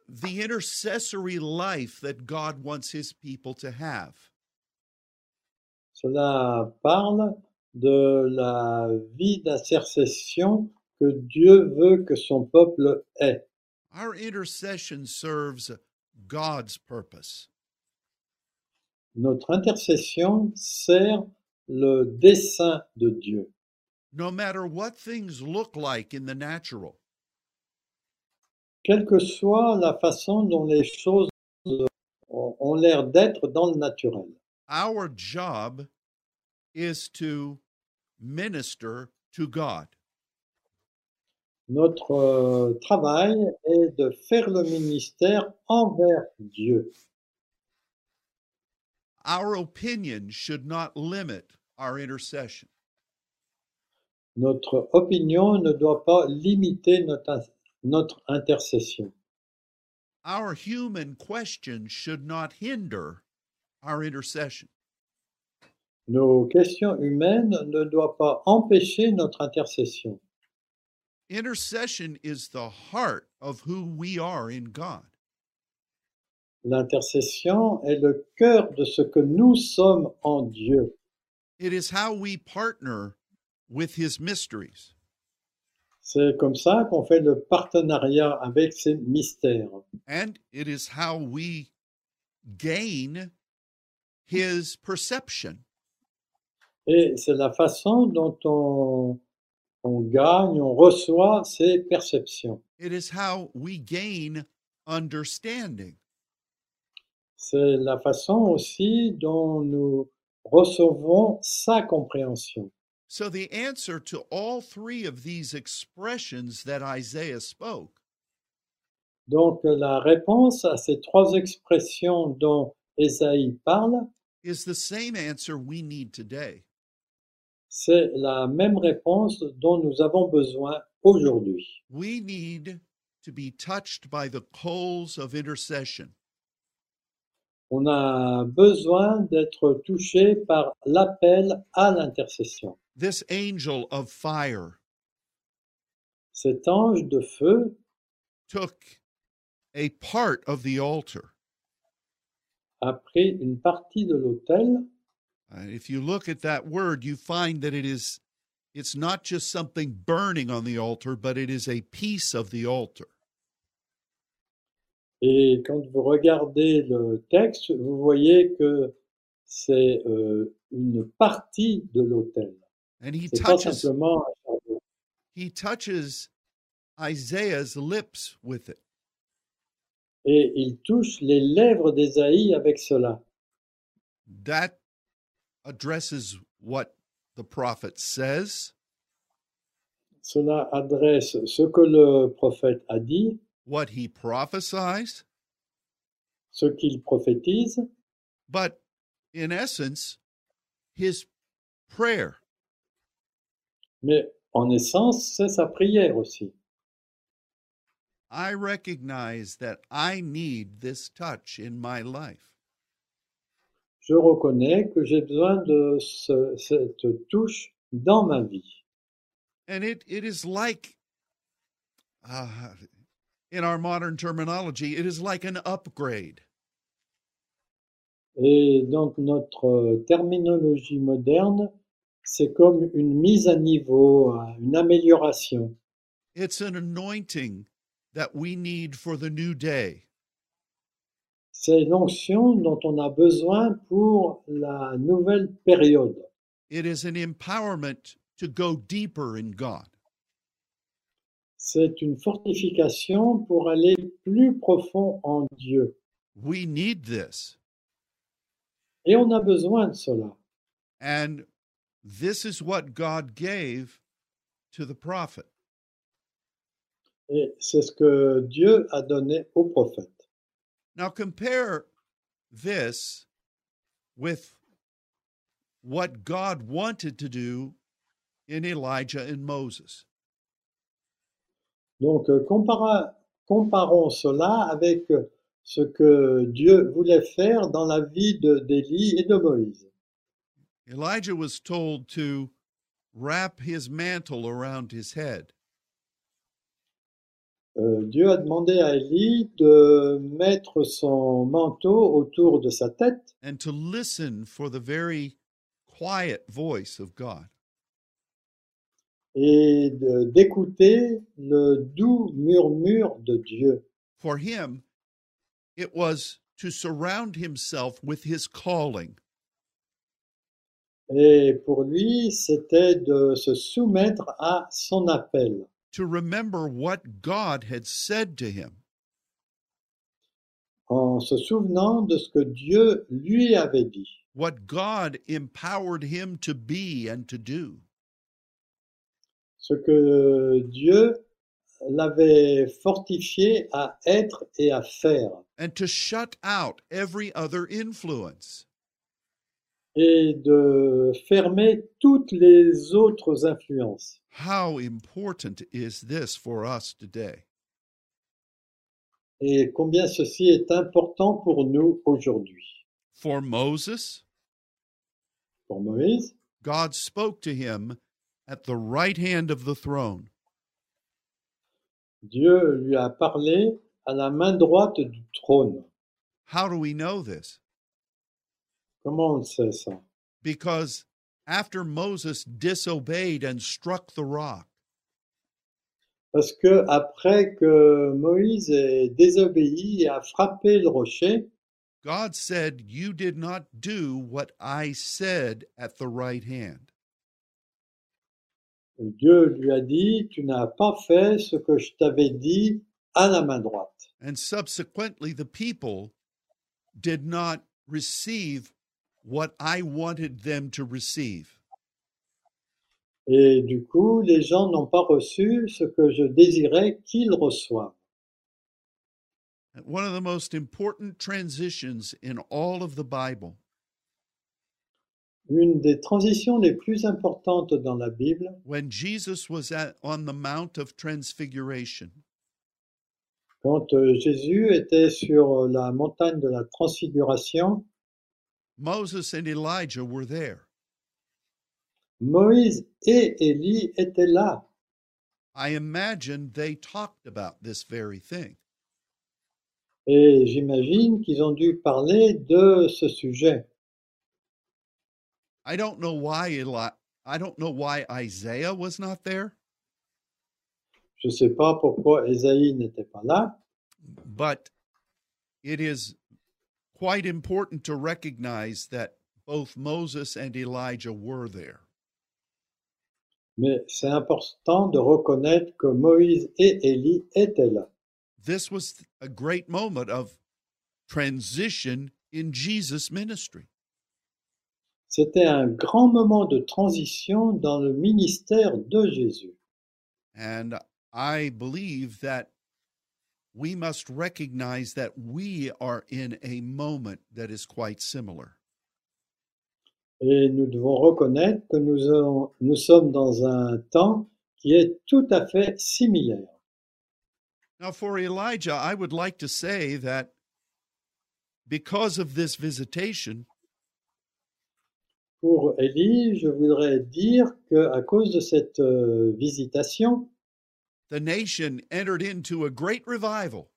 Speaker 1: the intercessory life that God wants his people to have.
Speaker 2: cela parle de la vie d'intercession que Dieu veut que son peuple ait.
Speaker 1: Our intercession serves God's purpose.
Speaker 2: Notre intercession sert le dessein de Dieu.
Speaker 1: No matter what things look like in the natural,
Speaker 2: Quelle que soit la façon dont les choses ont ont l'air d'être dans le naturel,
Speaker 1: our job is to minister to God.
Speaker 2: notre euh, travail est de faire le ministère envers Dieu.
Speaker 1: Our opinion should not limit our intercession.
Speaker 2: Notre opinion ne doit pas limiter notre, in- notre intercession.
Speaker 1: Our human questions should not hinder our intercession.
Speaker 2: Nos questions humaines ne doivent pas empêcher notre intercession.
Speaker 1: Intercession is the heart of who we are in God.
Speaker 2: L'intercession est le cœur de ce que nous sommes en Dieu.
Speaker 1: It is how we partner with His mysteries.
Speaker 2: C'est comme ça qu'on fait le partenariat avec ces mystères.
Speaker 1: And it is how we gain his perception.
Speaker 2: Et c'est la façon dont on, on gagne, on reçoit ces perceptions.
Speaker 1: It is how we gain understanding.
Speaker 2: C'est la façon aussi dont nous recevons sa compréhension.
Speaker 1: So, the answer to all three of these expressions that Isaiah spoke
Speaker 2: Donc la réponse à ces trois expressions dont Ésaïe parle,
Speaker 1: is the same answer we need today.
Speaker 2: c'est la même réponse dont nous avons besoin aujourd'hui.
Speaker 1: We need to be touched by the coals of intercession.
Speaker 2: On a besoin d'être touché par l'appel à l'intercession.
Speaker 1: This angel of fire
Speaker 2: Cet ange de feu
Speaker 1: took a part of the altar.
Speaker 2: a pris une partie de l'autel.
Speaker 1: Uh, if you look at that word, you find that it is it's not just something burning on the altar, but it is a piece of the altar.
Speaker 2: Et quand vous regardez le texte, vous voyez que c'est euh, une partie de l'autel.
Speaker 1: And he
Speaker 2: C'est pas
Speaker 1: touches
Speaker 2: simplement un charbon.
Speaker 1: he touches Isaiah's lips with it.
Speaker 2: Et il touche les lèvres d'Ésaïe avec cela.
Speaker 1: That addresses what the prophet says,
Speaker 2: Cela adresse ce que le prophète a dit,
Speaker 1: what he prophesies,
Speaker 2: ce qu'il prophétise,
Speaker 1: but in essence, his prayer.
Speaker 2: mais en essence, c'est sa prière aussi.
Speaker 1: I recognize that I need this touch in my life.
Speaker 2: Je reconnais que j'ai besoin de ce- cette touche dans ma vie.
Speaker 1: and it it is like uh, in our modern terminology it is like an upgrade
Speaker 2: Et donc notre euh, terminologie moderne, c'est comme une mise à niveau, hein, une amélioration.
Speaker 1: it's an anointing that we need for the new day
Speaker 2: C'est l'onction dont on a besoin pour la nouvelle période.
Speaker 1: it is an empowerment to go deeper in god
Speaker 2: C'est une fortification pour aller plus profond en Dieu.
Speaker 1: we need this
Speaker 2: Et on a besoin de cela.
Speaker 1: and This is what God gave to the prophet.
Speaker 2: Et c'est ce que Dieu a donné au prophète.
Speaker 1: Now compare this with what God wanted to do in Elijah and Moses.
Speaker 2: Donc, euh, compara- comparons cela avec euh, ce que Dieu voulait faire dans la vie de- d'Élie et de Moïse.
Speaker 1: Elijah was told to wrap his mantle around his head.
Speaker 2: Euh, Dieu a demandé à Élie de mettre son manteau autour de sa tête
Speaker 1: and to listen for the very quiet voice of God.
Speaker 2: et de- d'écouter le doux murmure de Dieu.
Speaker 1: For him, it was to surround himself with his calling.
Speaker 2: Et pour lui, c'était de se soumettre à son appel,
Speaker 1: To remember what God had said to him.
Speaker 2: en se souvenant de ce que Dieu lui avait dit,
Speaker 1: What God empowered him to be and to do.
Speaker 2: ce que Dieu l'avait fortifié à être et à faire,
Speaker 1: And to shut out every other influence.
Speaker 2: et de fermer toutes les autres influences.
Speaker 1: How important is this for us today?
Speaker 2: Et combien ceci est important pour nous aujourd'hui.
Speaker 1: For Moses,
Speaker 2: Pour Moïse,
Speaker 1: God spoke to him at the right hand of the throne.
Speaker 2: Dieu lui a parlé à la main droite du trône.
Speaker 1: How do we know this?
Speaker 2: Comment on le sait ça
Speaker 1: Because after Moses disobeyed and struck the rock,
Speaker 2: Parce que après que Moïse ait désobéi et a frappé le rocher,
Speaker 1: God said, You did not do what I said at the right hand.
Speaker 2: Dieu lui a dit, tu n'as pas fait ce que je t'avais dit à la main droite.
Speaker 1: And subsequently, the people did not receive what I wanted them to receive.
Speaker 2: Et du coup, les gens n'ont pas reçu ce que je désirais qu'ils reçoivent.
Speaker 1: One of the most important transitions in all of the Bible
Speaker 2: Une des transitions les plus importantes dans la Bible,
Speaker 1: when Jesus was at, on the Mount of Transfiguration.
Speaker 2: quand euh, Jésus était sur la montagne de la transfiguration,
Speaker 1: Moses and Elijah were there.
Speaker 2: Moïse et Élie étaient là.
Speaker 1: I imagine they talked about this very thing.
Speaker 2: Et j'imagine qu'ils ont dû parler de ce sujet.
Speaker 1: I don't know why Eli- I don't know why Isaiah was not there,
Speaker 2: Je ne sais pas pourquoi Ésaïe n'était pas là,
Speaker 1: but it is quite important to recognize that both Moses and Elijah were there.
Speaker 2: mais c'est important de reconnaître que Moïse et Élie étaient là.
Speaker 1: This was a great moment of transition in Jesus' ministry.
Speaker 2: C'était un grand moment de transition dans le ministère de Jésus.
Speaker 1: And I believe that we must recognize that we are in a moment that is quite similar.
Speaker 2: Et nous devons reconnaître que nous, en- nous sommes dans un temps qui est tout à fait similaire.
Speaker 1: Now, for Elijah, I would like to say that because of this visitation,
Speaker 2: Pour Élie, je voudrais dire que à cause de cette euh, visitation,
Speaker 1: the nation entered into a great revival.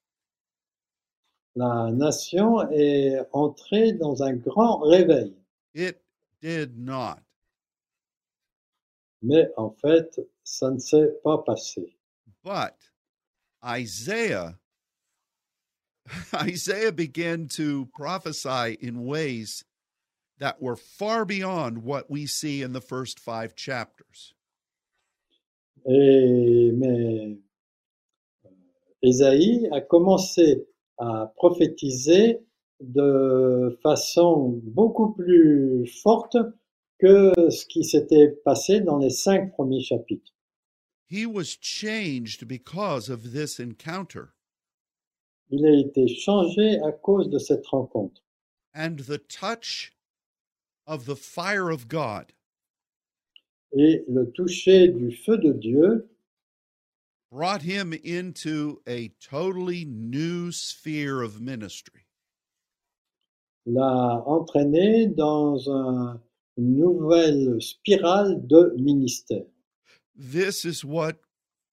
Speaker 2: la nation est entrée dans un grand réveil.
Speaker 1: It did not.
Speaker 2: Mais en fait, ça ne s'est pas passé.
Speaker 1: But Isaiah, Isaiah began to prophesy in ways that were far beyond what we see in the first five chapters.
Speaker 2: Et, mais euh, Ésaïe a commencé à prophétiser de façon beaucoup plus forte que ce qui s'était passé dans les cinq premiers chapitres.
Speaker 1: He was changed because of this encounter,
Speaker 2: Il a été changé à cause de cette rencontre
Speaker 1: and the touch of the fire of God
Speaker 2: et le toucher du feu de Dieu
Speaker 1: brought him into a totally new sphere of ministry.
Speaker 2: l'a entraîné dans un- une nouvelle spirale de ministère.
Speaker 1: This is what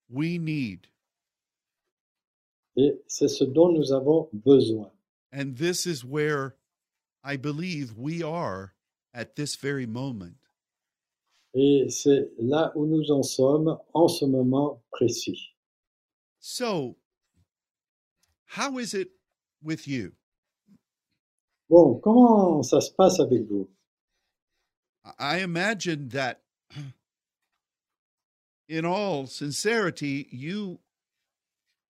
Speaker 1: we need,
Speaker 2: Et c'est ce dont nous avons besoin.
Speaker 1: and this is where I believe we are at this very moment.
Speaker 2: Et c'est là où nous en sommes en ce moment précis.
Speaker 1: So, how is it with you?
Speaker 2: Bon, comment ça se passe avec vous
Speaker 1: I- I imagine that, in all sincerity, you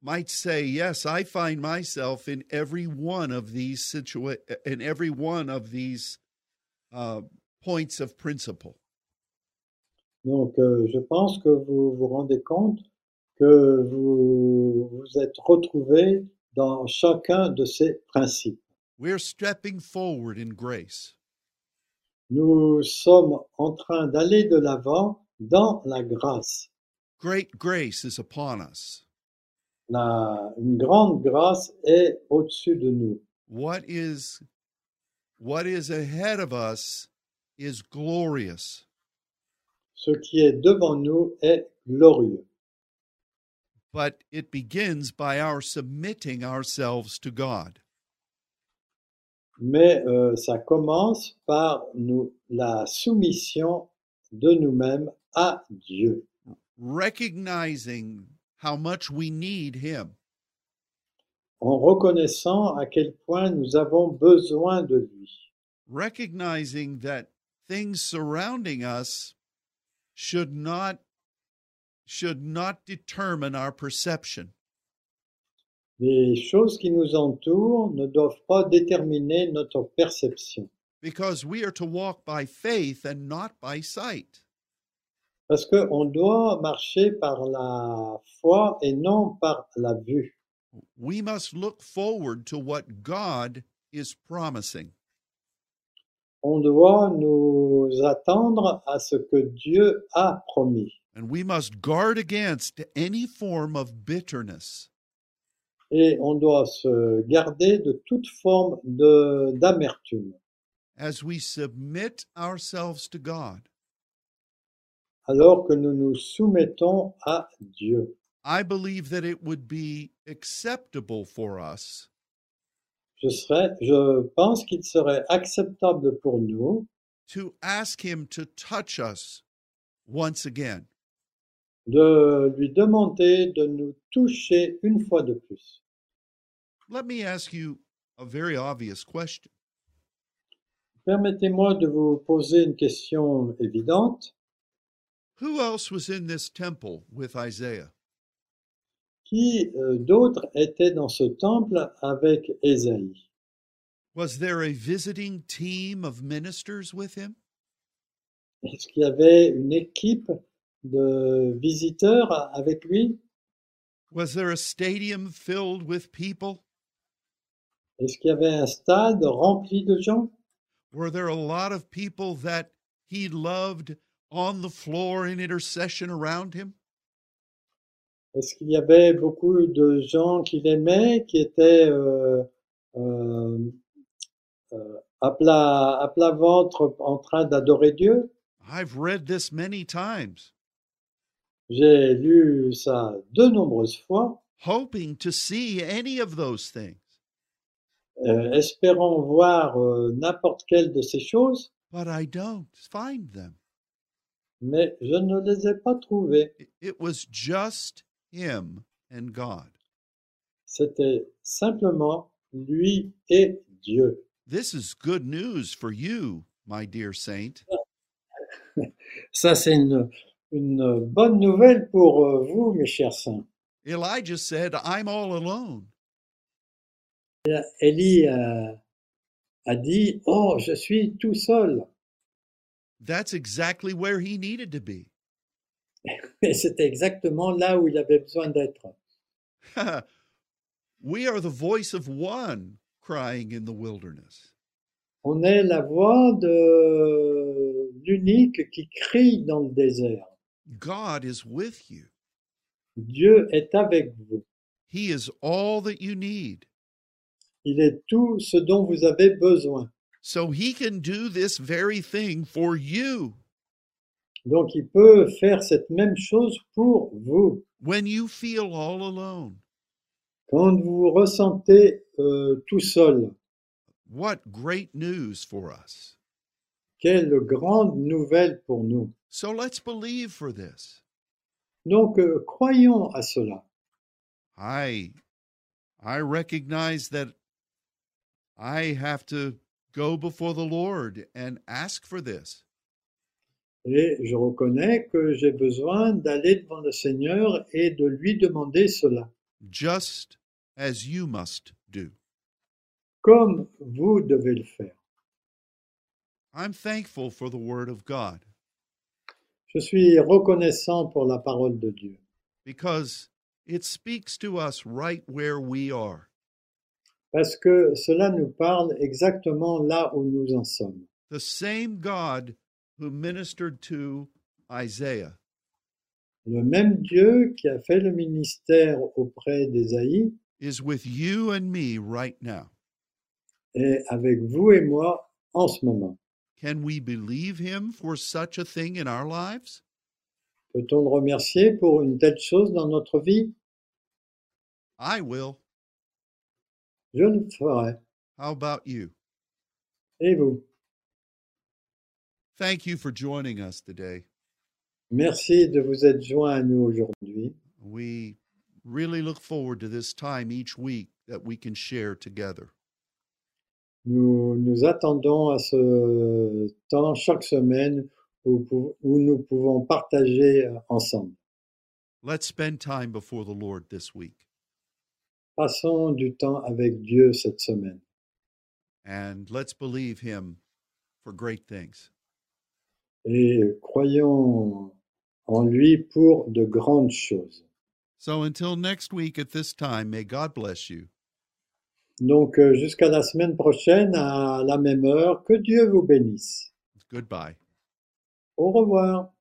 Speaker 1: might say, "Yes, I find myself in every one of these situa- in every one of these uh, points of principle."
Speaker 2: Donc, euh, je pense que vous vous rendez compte que vous vous êtes retrouvé dans chacun de ces principes.
Speaker 1: We're stepping forward in grace.
Speaker 2: Nous sommes en train d'aller de l'avant dans la grâce.
Speaker 1: Great grace is upon us.
Speaker 2: La- une grande grâce est au-dessus de nous.
Speaker 1: What is what is ahead of us is glorious.
Speaker 2: Ce qui est devant nous est glorieux.
Speaker 1: but it begins by our submitting ourselves to God.
Speaker 2: Mais euh, ça commence par nous, la soumission de nous-mêmes à Dieu,
Speaker 1: Recognizing how much we need Him,
Speaker 2: en reconnaissant à quel point nous avons besoin de lui,
Speaker 1: recognizing that things surrounding us should not should not determine our perception.
Speaker 2: Les choses qui nous entourent ne doivent pas déterminer notre perception,
Speaker 1: Because we are to walk by faith and not by sight.
Speaker 2: parce qu'on doit marcher par la foi et non par la vue.
Speaker 1: We must look forward to what God is promising.
Speaker 2: On doit nous attendre à ce que Dieu a promis.
Speaker 1: And we must guard against any form of bitterness.
Speaker 2: et on doit se garder de toute forme de- d'amertume.
Speaker 1: as we submit ourselves to God,
Speaker 2: Alors que nous nous soumettons à Dieu,
Speaker 1: I believe that it would be acceptable for us
Speaker 2: je, serais, je pense qu'il serait acceptable pour nous
Speaker 1: to ask Him to touch us once again.
Speaker 2: de lui demander de nous toucher une fois de plus.
Speaker 1: Let me ask you a very obvious question
Speaker 2: Permettez-moi de vous poser une question évidente.
Speaker 1: Who else was in this temple with Isaiah?
Speaker 2: Qui euh, d'autre était dans ce temple avec Ésaïe
Speaker 1: Was there a visiting team of ministers with him?
Speaker 2: Est-ce qu'il y avait une équipe de visiteurs avec lui
Speaker 1: Was there a stadium filled with people?
Speaker 2: Est-ce qu'il y avait un stade rempli de gens
Speaker 1: Were there a lot of people that he loved on the floor in intercession around him?
Speaker 2: Est-ce qu'il y avait beaucoup de gens qu'il aimait, qui étaient euh, euh, euh, à, plat, à plat ventre en train d'adorer Dieu
Speaker 1: I've read this many times,
Speaker 2: J'ai lu ça de nombreuses fois,
Speaker 1: hoping to see any of those things,
Speaker 2: euh, espérant voir euh, n'importe quelle de ces choses,
Speaker 1: but I don't find them.
Speaker 2: mais je ne les ai pas trouvées.
Speaker 1: It- It was just him and God.
Speaker 2: C'était simplement lui et Dieu.
Speaker 1: This is good news for you, my dear saint.
Speaker 2: Ça, c'est une, une bonne nouvelle pour euh, vous, mes chers saints.
Speaker 1: Elijah said, I'm all alone.
Speaker 2: euh, Élie a, a dit, Oh, je suis tout seul.
Speaker 1: that's exactly where he needed to be.
Speaker 2: Et c'était exactement là où il avait besoin d'être.
Speaker 1: we are the voice of one crying in the wilderness.
Speaker 2: On est la voix de l'unique qui crie dans le désert.
Speaker 1: God is with you.
Speaker 2: Dieu est avec vous.
Speaker 1: He is all that you need.
Speaker 2: Il est tout ce dont vous avez besoin.
Speaker 1: So he can do this very thing for you
Speaker 2: Donc il peut faire cette même chose pour vous.
Speaker 1: when you feel all alone.
Speaker 2: Quand vous vous ressentez euh, tout seul,
Speaker 1: What great news for us.
Speaker 2: quelle grande nouvelle pour nous.
Speaker 1: So let's believe for this.
Speaker 2: Donc euh, croyons à cela.
Speaker 1: I I recognize that I have to go before the Lord and ask for this.
Speaker 2: Et je reconnais que j'ai besoin d'aller devant le Seigneur et de lui demander cela,
Speaker 1: just as you must do.
Speaker 2: comme vous devez le faire.
Speaker 1: I'm thankful for the Word of God
Speaker 2: Je suis reconnaissant pour la parole de Dieu,
Speaker 1: because it speaks to us right where we are.
Speaker 2: parce que cela nous parle exactement là où nous en sommes.
Speaker 1: The same God who ministered to Isaiah
Speaker 2: Le même Dieu qui a fait le ministère auprès d'Ésaïe
Speaker 1: is with you and me right now.
Speaker 2: est avec vous et moi en ce moment.
Speaker 1: Can we believe him for such a thing in our lives?
Speaker 2: Peut-on le remercier pour une telle chose dans notre vie
Speaker 1: I will.
Speaker 2: Je le ferai.
Speaker 1: How about you?
Speaker 2: Et vous
Speaker 1: Thank you for joining us today.
Speaker 2: Merci de vous être joints à nous aujourd'hui.
Speaker 1: We really look forward to this time each week that we can share together.
Speaker 2: Nous nous attendons à ce temps chaque semaine où, pou- où nous pouvons partager euh, ensemble.
Speaker 1: Let's spend time before the Lord this week.
Speaker 2: Passons du temps avec Dieu cette semaine
Speaker 1: and let's believe him for great things.
Speaker 2: et croyons en lui pour de grandes choses.
Speaker 1: So until next week at this time, may God bless you.
Speaker 2: Donc euh, jusqu'à la semaine prochaine à la même heure, que Dieu vous bénisse.
Speaker 1: Goodbye.
Speaker 2: Au revoir.